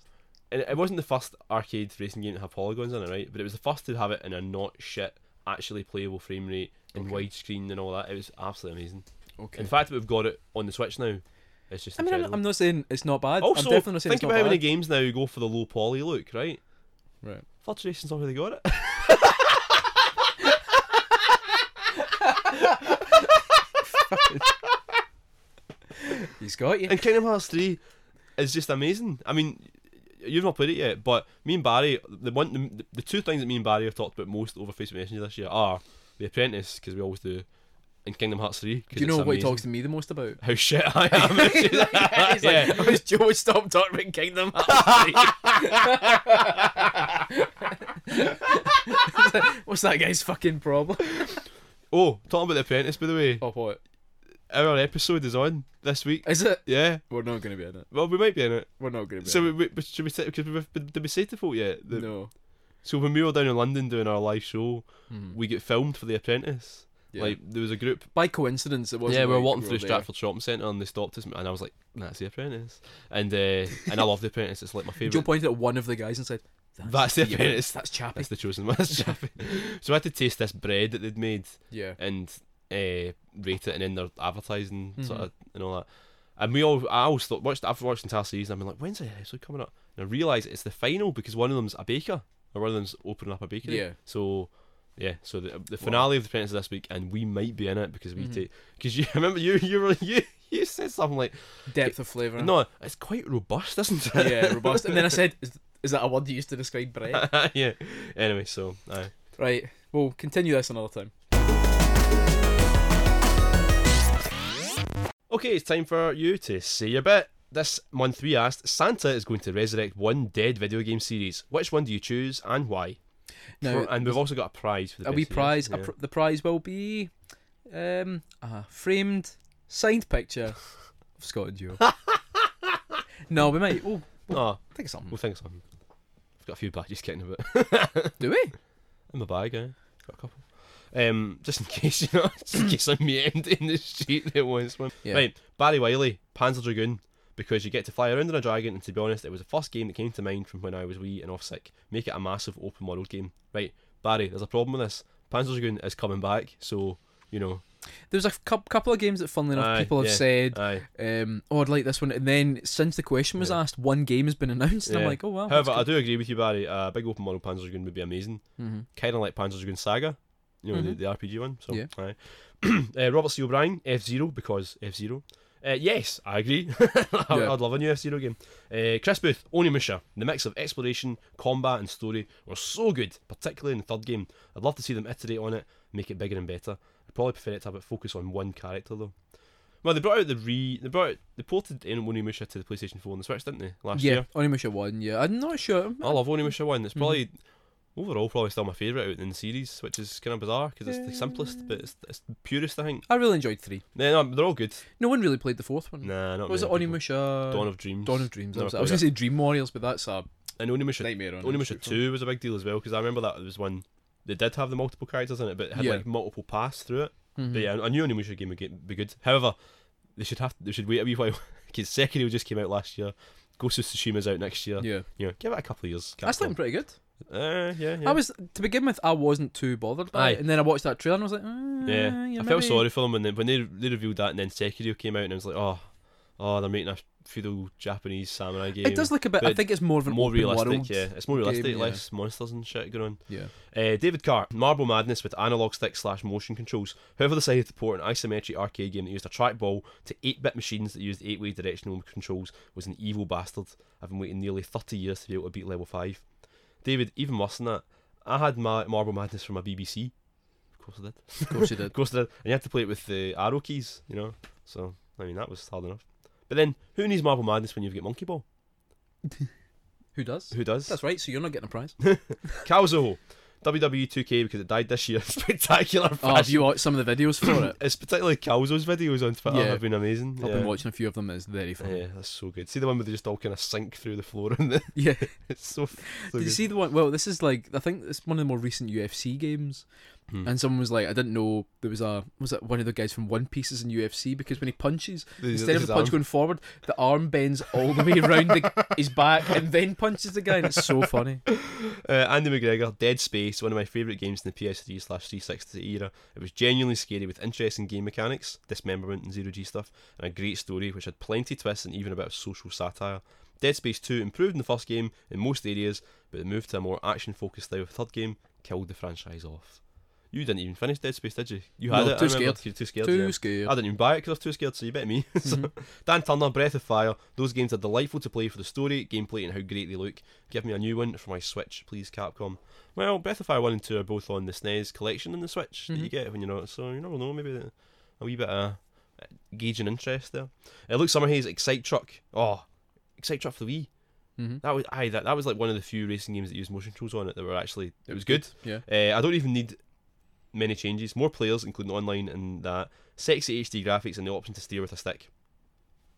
And it wasn't the first arcade racing game to have polygons in it, right? But it was the first to have it in a not shit actually playable frame rate and Okay. widescreen and all that. It was absolutely amazing. Okay. In fact, we've got it on the Switch now. It's just I mean, I'm, incredible. I'm not saying it's not bad. I'm also, definitely not saying think it's not about how many bad. games now go for the low poly look, right? Right. Virtual Racing's already got it. He's got you. And Kingdom Hearts 3 is just amazing. I mean, you've not played it yet, but me and Barry, the one, the, the two things that me and Barry have talked about most over Facebook Messenger this year are The Apprentice, because we always do, and Kingdom Hearts 3. Do you know what he talks to me the most about? How shit I [laughs] am. [laughs] He's Yeah. like, oh, Joe, stop talking about Kingdom [laughs] Hearts. three." What's that guy's fucking problem? oh, talking about The Apprentice, by the way, Oh, what? our episode is on this week. Is it? Yeah. We're not going to be in it. Well, we might be in it. We're not going to be So, in we, we, should we say, because we've, did we say to folk yet? it. that- No. So, when we were down in London doing our live show, Mhm. we get filmed for The Apprentice. Yeah. Like, there was a group By coincidence, it wasn't. yeah, we were like walking through there. Stratford Shopping Centre and they stopped us, and I was like, "That's The Apprentice," and uh, [laughs] and I love The Apprentice. It's like my Joe favourite. pointed at one of the guys and said, That's, That's The Apprentice. That's Chappie. That's the chosen one. [laughs] That's Chappie. so I had to taste this bread that they'd made Yeah. and uh, rate it, and then their advertising sort Mhm. of and all that. And we all, I always thought, watched. I've watched the entire season. I've been like, "When's the episode coming up?" And I realised it's the final because one of them's a baker, or one of them's opening up a bakery. Yeah. So. Yeah, so the, the finale of the Apprentice this week, and we might be in it because Mm-hmm. we take because you [laughs] remember you you were you you said something like Depth of flavour. No, it's quite robust, isn't it? Yeah, robust. And then I said, Is, is that a word you used to describe bread? [laughs] [laughs] yeah. Anyway, so aye. Right, we'll continue this another time. okay, it's time for you to say your bit. This month we asked Santa is going to resurrect one dead video game series. Which one do you choose and why? Now, For- and we've also got a prize for the a best wee series, prize. Yeah. A pr- the prize will be um, a framed signed picture of Scott and [laughs] Joe. no, we might. We'll Aw, think of something. we'll think of something. I've got a few badges kicking about Do we? in my bag. Eh? Got a couple. Um, just in case [laughs] you know, just in case I'm memed in the street that wants one. Yeah. Right, Barry Wiley, Panzer Dragoon, because you get to fly around in a dragon, and to be honest, it was the first game that came to mind from when I was wee and off sick. Make it a massive open world game. Right, Barry, there's a problem with this. Panzer Dragoon is coming back, so, you know. There's a cou- couple of games that, funnily enough, Aye, people have yeah, said, Aye. um, "Oh, I'd like this one," and then since the question was Yeah. asked, one game has been announced, and Yeah. I'm like, "Oh wow." However, I do agree with you, Barry. A big open world Panzer Dragoon would be amazing. hmm Kind of like Panzer Dragoon Saga, you know, Mhm. the, the RPG one. So, Yeah. aye. [clears throat] uh, Robert C. O'Brien, F Zero, because F Zero. Uh, yes, I agree. [laughs] I, Yeah. I'd love a new F Zero game. Uh, Chris Booth, Onimusha. The mix of exploration, combat, and story were so good, particularly in the third game. I'd love to see them iterate on it, make it bigger and better. I'd probably prefer it to have it focus on one character though. Well, they brought out the re, they brought out, they ported Onimusha to the PlayStation 4 and the Switch, didn't they? Last yeah, year. Oh. Onimusha one. Yeah, I'm not sure. I love Only Wisher One. It's probably Mm-hmm. overall probably still my favourite out in the series, which is kind of bizarre because it's the simplest, but it's, it's the purest. I think. I really enjoyed three. Yeah, no, they're all good. No one really played the fourth one. Nah, not Mm. was it really. Onimusha? Dawn of Dreams. Dawn of Dreams. that Never was it. I was going played to say Dream Warriors, but that's a And Only Wisher, nightmare. on Only a Wisher shoot phone. Two was a big deal as well because I remember that there was one. They did have the multiple characters in it, but it had Yeah. like multiple paths through it. Mhm. But yeah, I knew Only Wisher game would get, be good. However, they should have they should wait a wee while [laughs] because Sekiro just came out last year. Ghost of Tsushima's out next year. Yeah, You know, give it a couple of years. that's Capcom. looking pretty good. Uh, yeah, yeah. I was to begin with. I wasn't too bothered by Aye. it, and then I watched that trailer and I was like, mm, Yeah, I yeah, felt maybe- sorry for them when they, when they they revealed that, and then Sekiro came out, and I was like, oh, oh, they're making a feudal Japanese samurai game. It does look a bit. I but think it's more of an more open realistic. world. yeah, it's more realistic. game, yeah. Less monsters and shit going on. yeah. Uh, David Carr, Marble Madness with analog stick slash motion controls. Whoever decided to port an isometric arcade game that used a trackball to 8 bit machines that used 8 way directional controls was an evil bastard. I've been waiting nearly 30 years to be able to beat level 5. David, even worse than that, I had my Marble Madness from my BBC. Of course I did. Of course you did. [laughs] Of course I did. And you had to play it with the arrow keys, you know? So, I mean, that was hard enough. But then, who needs Marble Madness when you've got Monkey Ball? Who does? Who does? That's right. So you're not getting a [laughs] prize. Calzo, WWE 2K E because it died this year. [laughs] Spectacular Oh, have fashion. you watched some of the videos for it? [coughs] It's particularly Calzo's videos on Twitter Yeah. have been amazing. I've yeah. been watching a few of them. It's very funny. Yeah, that's so good. See the one where they just all kind of sink through the floor and the- Yeah. [laughs] it's so. so Did you good. see the one? Well, this is like I think it's one of the more recent UFC games, Hmm. and someone was like, "I didn't know there was a was that one of the guys from One Piece is in UFC because when he punches, They- instead they of the just punch arm- going forward, the arm bends all the way around [laughs] the, his back and then punches the guy, and it's so funny." Uh, Andy McGregor, Dead Space, one of my favourite games in the PS3 slash 360 era. It was genuinely scary with interesting game mechanics, dismemberment and zero G stuff, and a great story which had plenty twists and even a bit of social satire. Dead Space 2 improved in the first game in most areas, but it moved to a more action focused style with the third game, killed the franchise off. You didn't even finish Dead Space, did you? You had No, it. I too remember. scared. You're too scared. Too yeah. scared. I didn't even buy it because I was too scared, so you bet me. [laughs] So, Dan Turner, Breath of Fire. Those games are delightful to play for the story, gameplay, and how great they look. Give me a new one for my Switch, please, Capcom. Well, Breath of Fire 1 and 2 are both on the SNES collection and the Switch that you get when you're not, so you never know, maybe a wee bit of uh, gauging interest there. It looks Summerhaze, Excite Truck. Oh, Excite Truck for the Wii. Mhm. That was aye, that, that was like one of the few racing games that used motion controls on it that were actually it was good. Yeah. Uh, I don't even need many changes. More players, including online and that. Sexy HD graphics and the option to steer with a stick.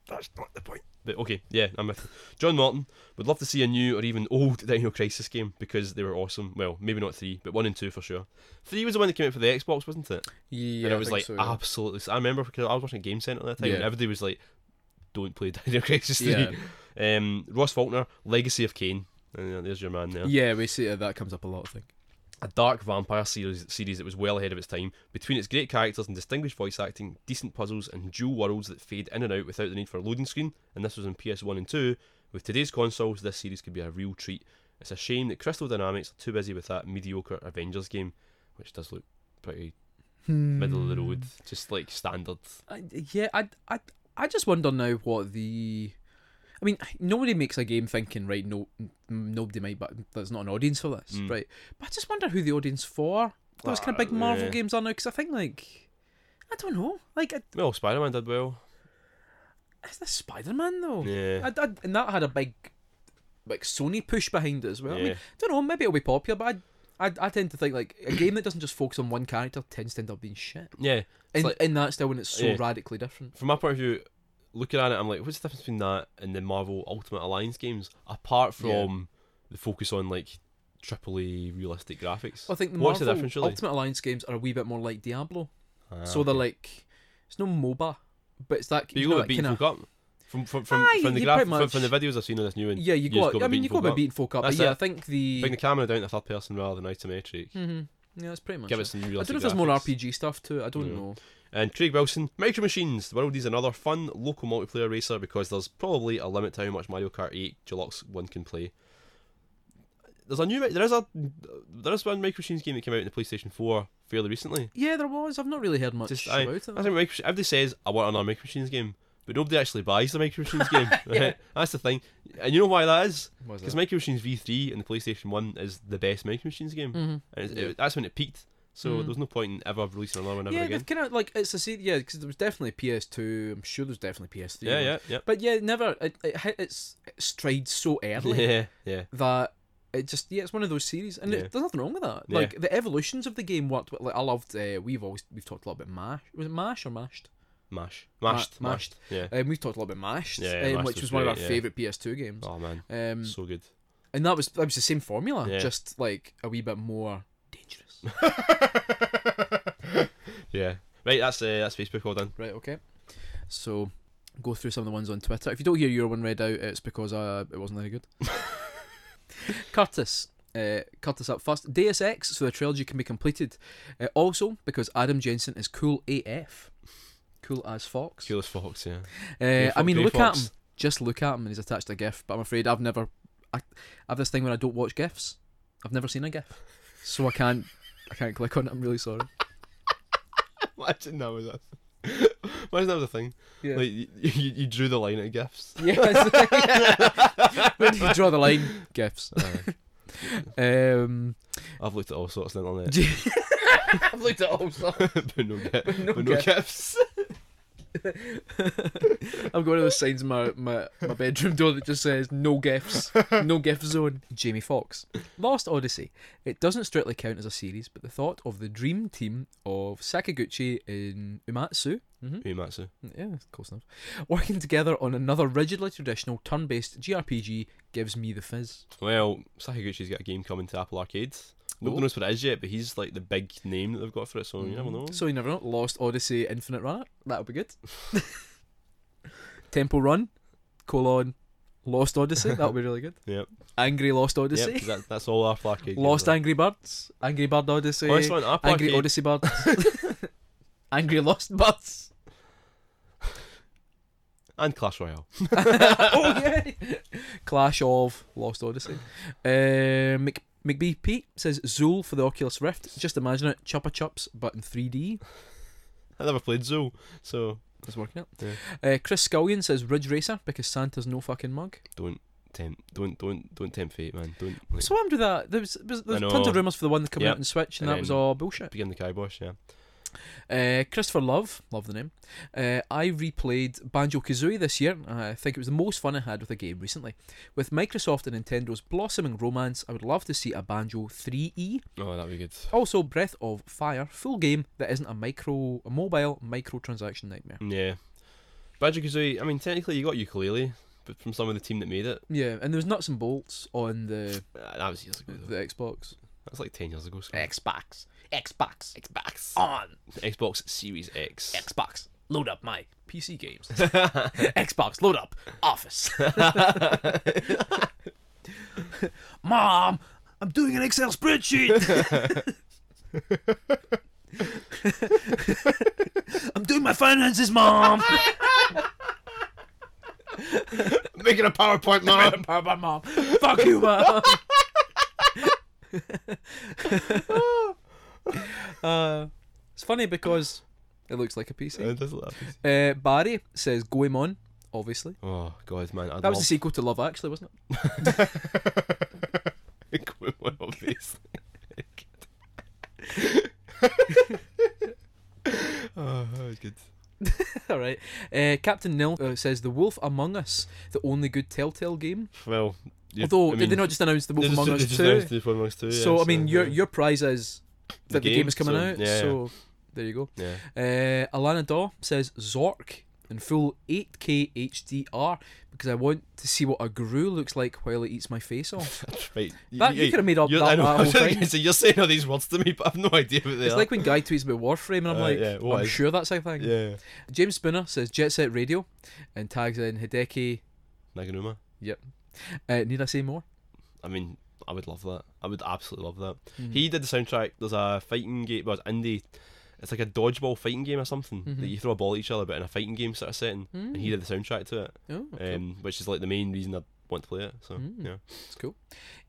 That's not the point. But okay, yeah, I'm with [laughs] you. John Martin would love to see a new or even old [laughs] Dino Crisis game because they were awesome. Well, maybe not three, but one and two for sure. Three was the one that came out for the Xbox, wasn't it? Yeah, and I it was think like ah, so, yeah. absolutely. I remember because I was watching Game Center at the time, and Yeah. everybody was like, "Don't play [laughs] Dino Crisis 3. [laughs] Yeah. Um, Ross Faulkner, Legacy of Kane. Uh, there's your man there. Yeah, we see uh, that comes up a lot. I think. A dark vampire series, series that was well ahead of its time, between its great characters and distinguished voice acting, decent puzzles, and dual worlds that fade in and out without the need for a loading screen, and this was on PS1 and 2. With today's consoles, this series could be a real treat. It's a shame that Crystal Dynamics are too busy with that mediocre Avengers game, which does look pretty middle Hmm. of the road, just like standard. I, yeah, I, I, I just wonder now what the. I mean, nobody makes a game thinking, right? No, n- nobody might, but there's not an audience for this, Mm. right? But I just wonder who the audience for those kind of Ah, big Marvel yeah. games are now, because I think like, I don't know, like, I- Well, Spider Man did well. is this Spider Man though? Yeah. Oh, I, I, and that had a big, like Sony push behind it as well. I mean, Yeah. don't know, maybe it'll be popular, but I, I, I tend to think like a game that doesn't just focus on one character tends to end up being shit, Yeah. and like- and that's still when it's so Yeah. radically different. from my point of view, looking at it, I'm like, what's the difference between that and the Marvel Ultimate Alliance games? Apart from the focus on like triple A realistic graphics. Well, I think the what's Marvel the difference really? Ultimate Alliance games are a wee bit more like Diablo. Ah, so they're okay. like, it's no MOBA, but it's that But you, you go know, with that beat kind folk of up from from from, Aye, from the you graph pretty from, from the much- videos I've seen of this new one. yeah, you, you go. just out- go I with mean, you beating go folk by up. beating folk up. but That's yeah, it. I think the Bring the camera down to third person rather than isometric. hmm yeah, that's pretty much. Give it. it some I realistic don't know if there's more graphics. RPG stuff to it. I don't No. know. And Craig Wilson, Micro Machines. The world needs another fun local multiplayer racer because there's probably a limit to how much Mario Kart 8 Deluxe one can play. There's a new there is a there is one Micro Machines game that came out in the PlayStation 4 fairly recently. Yeah, there was. I've not really heard much Just, I, about I it. think Micro, everybody says I want another Micro Machines game, but nobody actually buys the [laughs] Micro Machines game. right? [laughs] That's the thing, and you know why that is? Why's Because that? Micro Machines V3 and the PlayStation 1 is the best Micro Machines game, Mhm. and it, Yeah. it- that's when it peaked. So Mhm. there was no point in ever releasing another one ever Yeah, again. kind of like it's a se- yeah because there was definitely PS2. I'm sure there's definitely PS3. Yeah, ones. yeah, yeah. But yeah, never. It, it hit its stride so early. Yeah, yeah. that it just yeah, it's one of those series, and Yeah. it, there's nothing wrong with that. Yeah. Like the evolutions of the game worked. With, like I loved. Uh, we've always we've talked a lot about mash. Was it mash or mashed? Mash. Ma- Mashed. Uh, mashed. Yeah. Um, we've talked a lot about mashed, Yeah, yeah, um, Mashed which was was, one of great, our yeah. favorite PS2 games. Oh man. Um, so good. and that was that was the same formula, Yeah. just like a wee bit more dangerous. Yeah. Right, that's uh, that's Facebook all done. right. Okay. So. Go through some of the ones on [laughs] Twitter. If you don't hear your one read out, it's because uh, it wasn't very good. Curtis, uh, cut us up first. Deus Ex, so the trilogy can be completed. Uh, also, because Adam Jensen is cool AF. Cool as Fox. Killers Fox, yeah. Uh, I Fox- mean, Grey look Fox. at him. Just look at him, and he's attached a GIF. But I'm afraid I've never. I, I have this thing where I don't watch GIFs. I've never seen a GIF, so I can't. I can't click on it. I'm really sorry. [laughs] Imagine that was a [laughs] Imagine that was a thing. Yeah. Like you, you, you drew the line at [laughs] gifts. [laughs] Yes. Where do you draw the line? GIFs. [laughs] Um, I've looked at all sorts of internet, I've looked at all sorts. [laughs] but no, gif- But no but no gif. [laughs] gifts. I'm going to the signs in my, my, my bedroom door that just says no GIFs, no GIF zone. Jamie Fox. Lost Odyssey. It doesn't strictly count as a series, but the thought of the dream team of Sakaguchi in Umatsu. Mm-hmm. Uematsu. Yeah, close enough. Working together on another rigidly traditional turn based GRPG gives me the fizz. Well, Sakaguchi's got a game coming to Apple Arcades. Nobody Oh. knows what it is yet, but he's like the big name that they've got for it, Mm. so you never know. Mm. So you never know. Lost Odyssey Infinite Runner. That would be good. [laughs] Temple Run, colon, Lost Odyssey. That would be really good. [laughs] Yep. Angry Lost Yep, Odyssey. that, that's all Apple [laughs] Arcade. games [laughs] Lost are. Angry Birds, Angry Bird Odyssey, Oh, it's on Apple Angry Arcade. Odyssey [laughs] Birds, [laughs] Angry Lost Birds. [laughs] and Clash Royale. [laughs] oh yeah, Clash of Lost Odyssey. Uh, Mc- McBee Pete says Zool for the Oculus Rift. Just imagine it, Chupa Chups, but in 3D. I never played Zool, so That's working out. Yeah. Uh, Chris Scullion says Ridge Racer because Santa's no fucking mug. don't tempt, don't don't don't tempt fate, man. Don't like, So what happened to that? There was, there was, there I was tons of know. rumours for the one that came Yep. out in Switch, and, And that was then- all bullshit. begin the kibosh. Yeah, Uh, Christopher Love, love the name. Uh, I replayed Banjo Kazooie this year. Uh, I think it was the most fun I had with a game recently. With Microsoft and Nintendo's blossoming romance, I would love to see a Banjo 3E. oh that'd be good. Also, Breath of Fire, full game that isn't a micro, a mobile microtransaction nightmare. Yeah, Banjo Kazooie. I mean, technically you got ukulele, but from some of the team that made it, Yeah, and there was nuts and bolts on the Uh, that was years ago. Though. the Xbox. That's like ten years ago. Scott. Xbox, Xbox, Xbox. on Xbox Series X. Xbox. Load up my PC [laughs] games. Xbox, load up [laughs] Office. Mom, I'm doing an Excel [laughs] spreadsheet. I'm doing my finances, Mom. Making a PowerPoint, [laughs] man. Mom. Fuck you, Mom. [laughs] uh, it's funny because it looks like a PC. Uh, Barry says Goemon, obviously. Oh god, man! I'd That was the sequel to Love Actually, wasn't it? [laughs] [laughs] Goemon, obviously. [laughs] oh, that was good. All right. Uh, Captain Nil uh, says The Wolf Among Us, the only good Telltale game. Well, you- Although, I mean, did they not just announce The they Wolf Among just- they Us just 2? announced The Wolf Among Us 2, yeah, so, I mean, your yeah. your prize is that the game, is coming so, out. Yeah, So, there you go. [laughs] yeah. Uh, Alana Daw says Zork in full 8K HDR because I want to see what a Gru looks like while it eats my face off. Right. You, That- you coulda made up you're- that- I know, [laughs] that I was whole gonna thing. say, you're saying all these words to me, but I've no idea what they It's are. like when Guy tweets about Warframe, and I'm Uh, like, yeah, what I'm is- sure that's a thing. yeah. James Spinner says Jet Set Radio and tags in Hideki. Naganuma. Uh, need I say more? I mean, I would love that. I would absolutely love that. Mm. He did the soundtrack. There's a fighting game. Well, it's indie. It's like a dodgeball fighting game or something that Mhm. you throw a ball at each other, but in a fighting game sort of setting. And he Mm. did the soundtrack to it, Oh, cool. um, which is like the main reason I want to play it. So Mm. yeah, That's cool.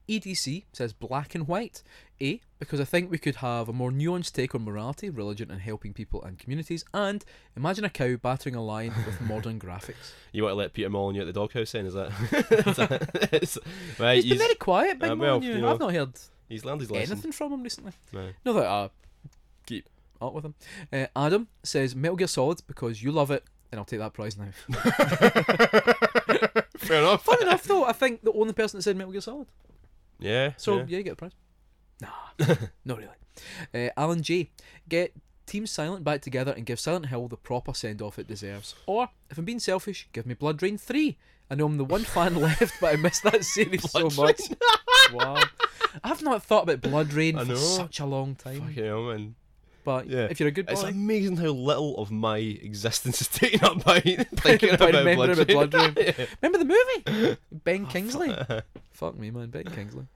EDC E says black and white. A, because I think we could have a more nuanced take on morality, religion, and helping people and communities. And imagine a cow battering a lion [laughs] with modern graphics. you want to let Peter Molyneux at the doghouse then? Is that? [laughs] is that [laughs] it's- right, He's been he's, very quiet, Big uh, uh, well, you know, I've not heard he's learned his lesson. anything from him recently. No. No that I keep up with him. Uh, Adam says Metal Gear Solid because you love it, and I'll take that prize [laughs] now. Fair enough. Fun enough though, I think the only person that said Metal Gear Solid. Yeah. So yeah. yeah, you get the prize. [laughs] Nah, not really. Uh, Alan J, get Team Silent back together and give Silent Hill the proper send off it deserves. Or if I'm being selfish, give me Blood Rain three. I know I'm the one [laughs] fan left, but I miss that series Blood so much. [laughs] wow, I've not thought about Blood Rain I for know. such a long time. Fucking hell, man. But Yeah. if you're a good boy, It's amazing how little of my existence is [laughs] taken up by thinking [laughs] By [laughs] about remembering about blood, [laughs] Rain. Oh, Blood Rain. remember the movie Ben Kingsley. Fuck me, man, Ben Kingsley.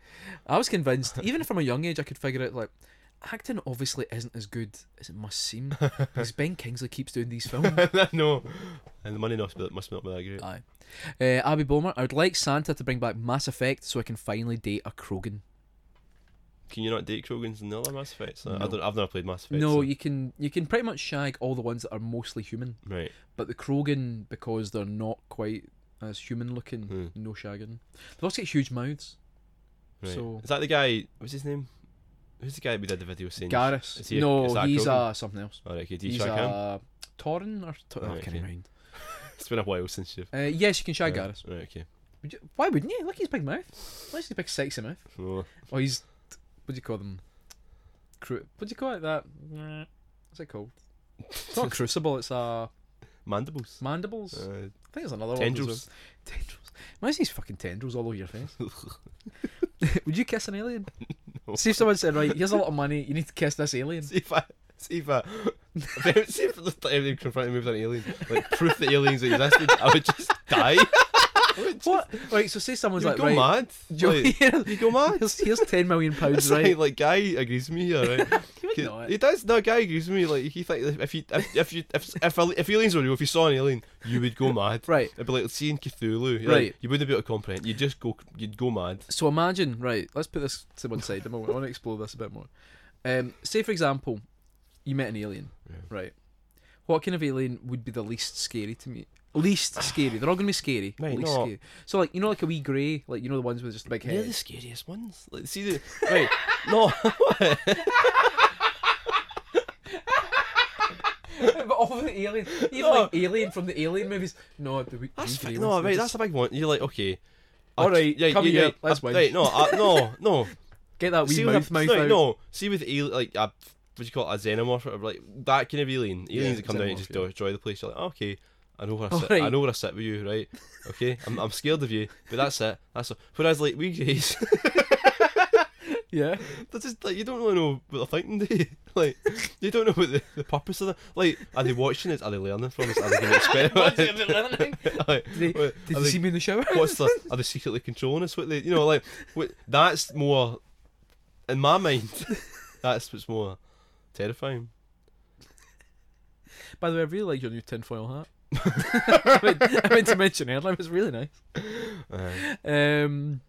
I was convinced, even from a young age, I could figure out like acting obviously isn't as good as it must seem because Ben Kingsley keeps doing these [laughs] films. no, and the money must be, must not be that great. Aye. Uh, Abby Bowman, I would like Santa to bring back Mass Effect so I can finally date a Krogan. Can you not date Krogans in the other Mass Effects? I No. don't, I've never played Mass Effect. No, so- you can you can pretty much shag all the ones that are mostly human, right. but the Krogan because they're not quite as human looking, Hmm. no shagging. They've also got huge mouths. Right. So- is that the guy? What's his name? Who's the guy we did the video saying? Garrus. is he a- no, is that a he's Krogan? uh, something else. All right, okay. Do you He's track him? uh, Torin or Tor- oh, Right, I can't okay. mind. [laughs] It's been a while since you've. Uh, yes, you can shag right. Garrus. Right, okay. Would you- why wouldn't you? Look at his big mouth. Look at his big sexy mouth. Oh, Oh, he's what do you call them? Cru- what do you call it? That what's it called? It's [laughs] not crucible. It's uh [laughs] mandibles. mandibles. Uh, I think it's another one. tendrils. Tendrils. Imagine these fucking tendrils all over your [laughs] face. [laughs] Would you kiss an alien? See if someone said, right, here's a lot of money. You need to kiss this [laughs] alien. See if I. See if I. see [laughs] if the everything confronted me with an alien, like proof that aliens existed, I would just [laughs] die. What? Right. So say someone's You'd like, go right, mad. do you- Like, you go [laughs] [laughs] mad. here's, here's ten million pounds, It's like, right? like guy agrees with me here, right? [laughs] You would He- not. He does. No, guy agrees with me. Like he think that if you if if you if if, a- if aliens were real, if you saw an alien, you would go mad. Right. It'd be like seeing Cthulhu. You're Right. Like, you wouldn't be able to comprehend. You'd just go. You'd go mad. So imagine, right, let's put this to one side a moment. I want to explore this a bit more. Um, say, for example, you met an alien, Yeah. right? What kind of alien would be the least scary to me? Least scary. They're all going to be scary. Mate, least no. scary. So, like, you know, like a wee grey, like, you know, the ones with just a big They're head. the scariest ones. Like see [laughs] the right. No. but [laughs] all the alien, even No. like alien from the alien movies. No, the weak. That's fi- no right. That's a big one. You're like okay. All right, come here, let's uh, win. Right. No. Uh, no. No. get that [laughs] wee see mouth with mouth no, out. no. See with alien like a what do you call it, a xenomorph or whatever, like that kind of alien. Aliens that come down and xenomorph, just yeah. destroy the place. You're like, "Oh, okay, I know where I All sit. I right. know where I sit with you, right? Okay, I'm, I'm scared of you, but that's it. That's all. whereas like we guys, [laughs] Yeah. that's just like you don't really know what they're thinking. [laughs] Do you? Like you don't know what the, the purpose of that. Like, are they watching it? Are they learning from us? Are they [laughs] going to What's experiment? it [laughs] about learning? like, Did, they, what- did are you they- see me in the shower? what's the are they secretly controlling us? What they you know like what, that's more in my mind. [laughs] That's what's more terrifying. By the way, I really like your new tinfoil hat. [laughs] I, meant, I meant to mention earlier, it was really nice. Uh, Um,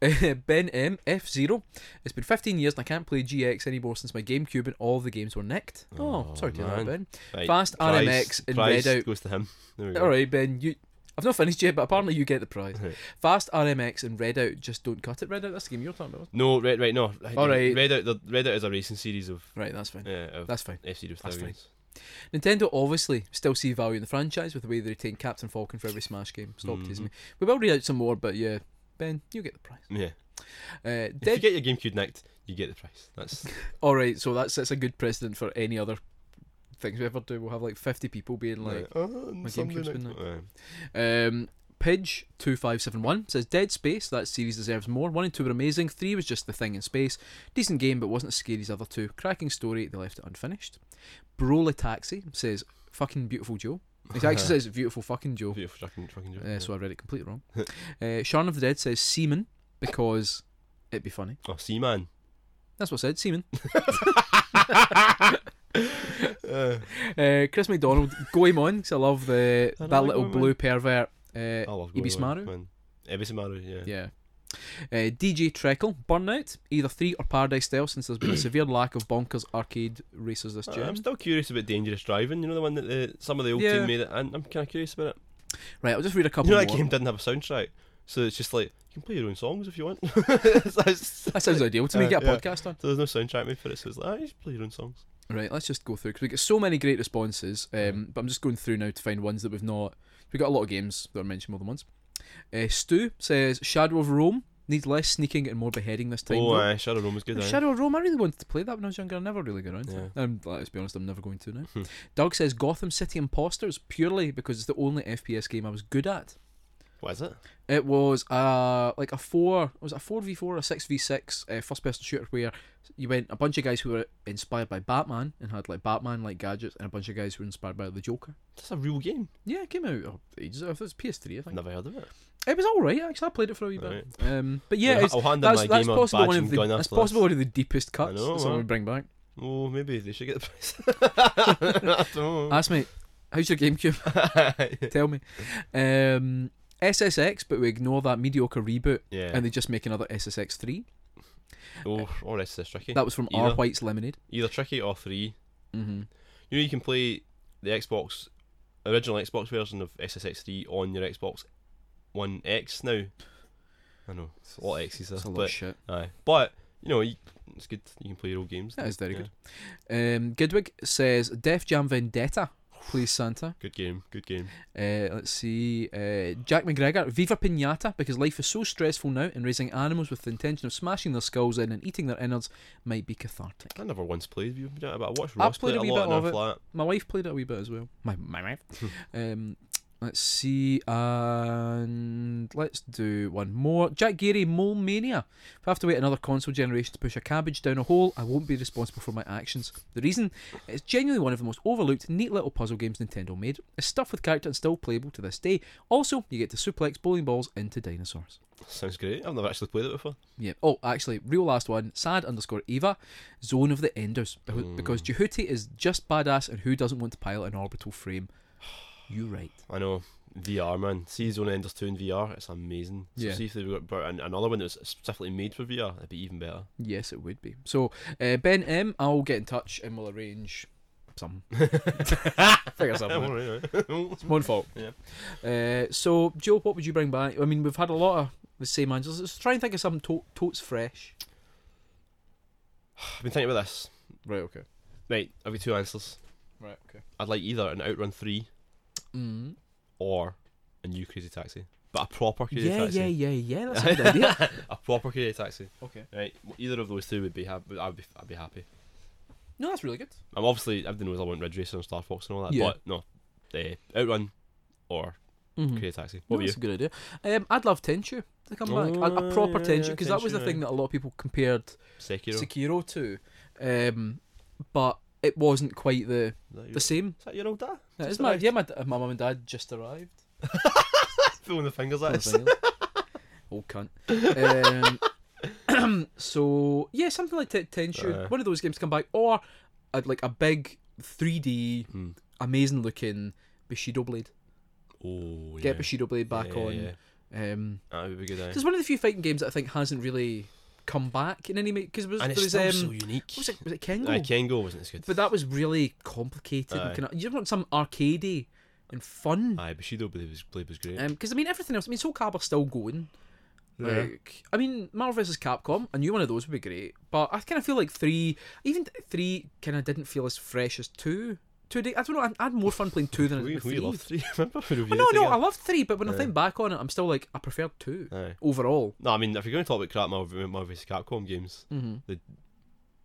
[laughs] ben M F Zero. It's been 15 years and I can't play GX anymore since my GameCube and all the games were nicked. Oh, Oh, sorry to hear that, man. Ben. right, Fast RMX in prize red out. goes to him. There we go. All right, Ben. You, I've not finished yet, but apparently you get the prize. Fast RMX and Redout. Just don't cut it. Redout. That's the game you're talking about. No, red, right, no. Right, All right. Red out. The red out is a racing series of Right, that's fine. uh, of That's fine. F Zero That's fine. stallions. Nintendo obviously still see value in the franchise with the way they retain Captain Falcon for every Smash game. Stop Mm-hmm. teasing me. We will read out some more, but yeah, Ben, you get the prize. Yeah. Uh, If Dead you get your GameCube nicked, you get the prize. That's All right, so that's that's a good precedent for any other things we ever do. We'll have like fifty people being [laughs] like, right. oh, my somebody GameCube's been nicked- uh, um, Pidge two five seven one says Dead Space. That series deserves more. One and two were amazing. Three was just the thing in space. Decent game, but wasn't as scary as the other two. Cracking story. They left it unfinished. Broly Taxi says fucking beautiful Joe. He [laughs] actually says beautiful fucking Joe. Beautiful fucking fucking joke. Uh, so I read it completely [laughs] wrong. Uh, Shaun of the Dead says semen because it'd be funny. oh, Seaman. That's what I said. [laughs] Semen. Uh, Uh, Chris McDonald, Goemon, because I love the I that like little Goemon. blue pervert. Uh, I love Ibis Goemon, Maru? man. Ibis Maru, Oh, yeah. yeah. Uh, DJ Treckle, Burnout, either 3 or Paradise Style, since there's been [clears throat] a severe lack of bonkers arcade races this Uh, gen. I'm still curious about Dangerous Driving. You know the one that the, some of the old Um, Yeah. team made it, and I'm kind of curious about it. right, I'll just read a couple you know more. that game didn't have a soundtrack, so it's just like you can play your own songs if you [laughs] want. [laughs] That's- That sounds ideal to me. Uh, Get a yeah. podcast on. So there's no soundtrack made for it, so it's like, ah, you should play your own songs. Right, let's just go through because we get so many great responses. Mm-hmm. Um, but I'm just going through now to find ones that we've not. We got a lot of games that are mentioned more than once. Uh, Stu says Shadow of Rome needs less sneaking and more beheading this time. oh, though." aye, Shadow Rome was good. aye. Shadow of Rome, I really wanted to play that when I was younger. I never really got around to it. Yeah. Hmm. Um, like, let's be honest, I'm never going to now. Doug says Gotham City Imposters purely because it's the only FPS game I was good at. What is it? It was uh like a four was it a four v four or a six v six uh, first person shooter where you went a bunch of guys who were inspired by Batman and had like Batman like gadgets and a bunch of guys who were inspired by the Joker. That's a real game. Yeah, it came out oh, ages ago. It was PS3, I think. Never heard of it. It was all right actually. I played it for a wee bit. Um, but yeah, I'll- it's, I'll hand them that's, my that's game of possibly badge one of and the gun that's afterwards. possibly one of the deepest cuts know, that someone man. would bring back. Oh, maybe they should get [laughs] the price. [laughs] I don't know. Ask me, how's your GameCube? [laughs] Tell me. Um, SSX, but we ignore that mediocre reboot [laughs] yeah. and they just make another SSX three. oh, or this is tricky. That was from R Either. White's Lemonade. Either tricky or three. hmm You know, you can play the Xbox original Xbox version of SSX3 on your Xbox One X now. I know it's a lot of X's there, That's a lot of but shit. aye. But you know, you, it's good. You can play your old games. That is very Yeah. good. Um, Gidwig says Def Jam Vendetta, please Santa. Good game. Good game. Uh, let's see. Uh, Jack McGregor, Viva Pinata, because life is so stressful now, and raising animals with the intention of smashing their skulls in and eating their innards might be cathartic. I never once played View Pinata, but I watched Ross played play a it a wee lot bit in our of it. flat. My wife played it a wee bit as well. My my wife. um, let's see, and let's do one more. Jack Geary, Mole Mania. If I have to wait another console generation to push a cabbage down a hole, I won't be responsible for my actions. The reason it's genuinely one of the most overlooked, neat little puzzle games Nintendo made. It's stuffed with character and still playable to this day. Also, you get to suplex bowling balls into dinosaurs. Sounds great. I've never actually played it before. Yeah. Oh, actually, real last one. Sad underscore Eva, Zone of the Enders, Beca- because Jehuti is just badass, and who doesn't want to pilot an orbital frame? [sighs] You right. I know VR man. See Zone Enders two in VR. It's amazing. So Yeah. See if they got brought in another one that was specifically made for VR. It'd be even better. Yes, it would be. So, uh, Ben M, I'll get in touch and we'll arrange [laughs] some. Figure something. out. [laughs] Alright, It's my own fault. Yeah. Uh, so, Joe, what would you bring back? I mean, we've had a lot of the same answers. Let's try and think of something to- totes fresh. I've been thinking about this. Right. Okay. Right, I've got two answers. Right. Okay. I'd like either an Outrun 3 Mm. or a new Crazy Taxi. But a proper Crazy Yeah, Taxi. yeah, [laughs] yeah, yeah. That's [laughs] a good idea. A proper Crazy Taxi. Okay. Right, either of those two would be happy. I'd be, I'd be happy. No, that's really good. I'm obviously, everything was I want Ridge Racer and Star Fox and all that, Yeah. but no. Uh, Outrun or Mhm. Crazy Taxi. No, What about that's a good idea. Um, I'd love Tenchu to come back. A, a Oh, proper yeah, Tenchu, because that was the Tenchu, thing aye. that a lot of people compared you? Sekiro. Is Sekiro to. Um, but it wasn't quite the, that your- the same. is that your [laughs] old dad? [laughs] That is Just my, arrived. yeah, my, d- my mum and dad just arrived. Throwing the fingers Or at us. something else. [laughs] Old cunt. Um, [clears throat] so, yeah, something like T- Tenchu. Aye. one of those games to come back. Or uh, like a big 3D, [laughs] Hmm. amazing looking Bushido Blade. Oh, Get yeah. Bushido Blade back Yeah, on. yeah. Um, That would be a good. It's aye. one of the few fighting games that I think hasn't really come back in any because was And there it's was still um so what unique. was it was it Kengo, Aye, Kengo wasn't as good. but that was really complicated. Aye. And kind of, you just want some arcadey and fun. Aye, Bushido Blade was, Blade was great. Um, because I mean everything else. I mean Soul Calibur's still going. Yeah. Like I mean Marvel vs. Capcom, a new one of those would be great. But I kind of feel like three, even th- three, kind of didn't feel as fresh as two. Two, di- I don't know. I, I had more fun playing two than I did we, with we three. love three. [laughs] Remember? We reviewed Well, Oh, no, it no, I together. love three, but when I Aye. think back on it, I'm still like I preferred two Aye. overall. No, I mean, if you're going to talk about crap Marvel, Marvel vs. Capcom games, Mm-hmm.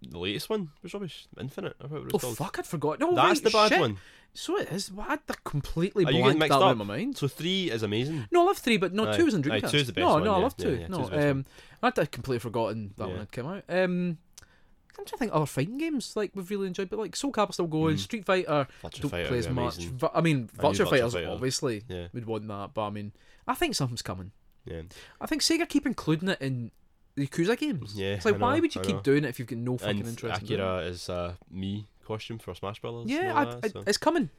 the latest one was rubbish. Infinite, or whatever it Oh was called. fuck! I'd forgotten. Oh, That's right, the bad shit. one. So it is. Well, I'd completely Are you blanked getting that mixed one up? in my mind. So three is amazing. No, I love three, but no, Aye. two was in Aye, Dreamcast. two's the best no, one, no, I yeah. love Yeah, two. yeah, no, two's the best um, I'd uh, completely forgotten that Yeah. one had come out. Um, I'm trying to think of other fighting games like we've really enjoyed, but like Soul Calibur still going, Street Fighter Virtua don't Mm. Fighter play would as be much. amazing. Vi- I mean, I knew Virtua Virtua Fighters Fighter. obviously Yeah. would want that, but I mean, I think something's coming. Yeah. I think Sega keep including it in the Yakuza games. Yeah, it's like I why know, would you I keep know. doing it if you've got no fucking And interest? in doing it? Akira is uh, me costume for Smash Brothers. and Yeah, all I, that, I- so. it's coming.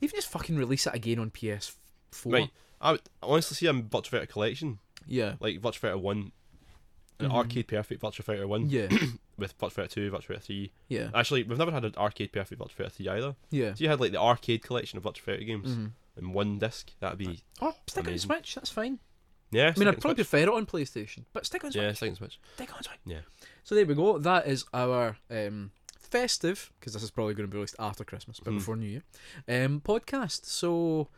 Even just fucking release it again on PS4. right. I would honestly see a Virtua Fighter collection, Yeah. like Virtua Fighter One, an arcade perfect Virtua Fighter One Mm-hmm. [coughs] Yeah. with Virtua Fighter Two, Virtua Fighter Three. Yeah. Actually, we've never had an arcade perfect Virtua Fighter Three either. Yeah. So you had like the arcade collection of Virtua Fighter games Mm-hmm. in one disc. That'd be Or Oh, stick it on Amazing. Switch. That's fine. yeah. I mean, I'd probably prefer it on PlayStation, but stick it on Switch. yeah, second switch. Stick it on Switch. Yeah. So there we go. That is our um, festive, because this is probably going to be released after Christmas, but Mhm. before New Year, um, podcast. So.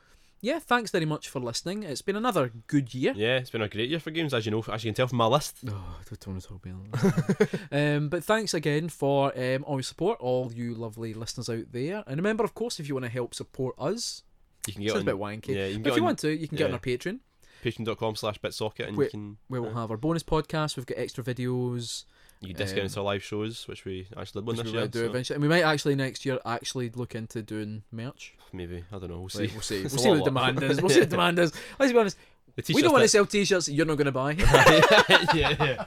Yeah, thanks very much for listening. It's been another good year. Yeah, it's been a great year for games, as you know, as you can tell from my list. Oh, I don't want to talk about that. [laughs] um, but thanks again for um, all your support, all you lovely listeners out there. And remember, of course, if you want to help support us, You can get Sounds a on bit wanky. yeah, you can But get if you on want to, you can get on yeah. our Patreon. patreon.com slash bitsocket and Wait, you can where we'll Yeah. have our bonus podcast. We've got extra videos. you can discount um, into our live shows, which we actually did one Which we this year. might do so eventually, and we might actually next year actually look into doing merch. Maybe I don't know. We'll see. Like, we'll see. we'll It's a see lot what the of work. demand [laughs] is. We'll see what the demand is. Let's be honest. The we t-shirts don't want to that- sell T-shirts that you're not going to buy. [laughs] yeah, [laughs] yeah,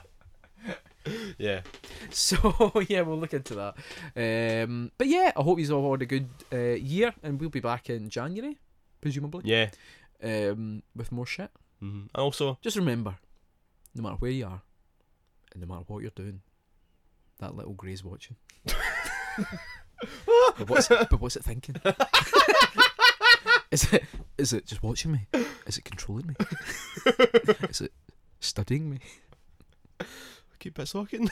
yeah. So yeah, we'll look into that. Um, but yeah, I hope you all had a good uh, year, and we'll be back in January, presumably, Yeah. um, with more shit. hmm And also, Just remember, no matter where you are, and no matter what you're doing, that little grey's watching. but, what's it, but what's it thinking? is it is it just watching me? Is it controlling me? is it studying me? keep bitsocket.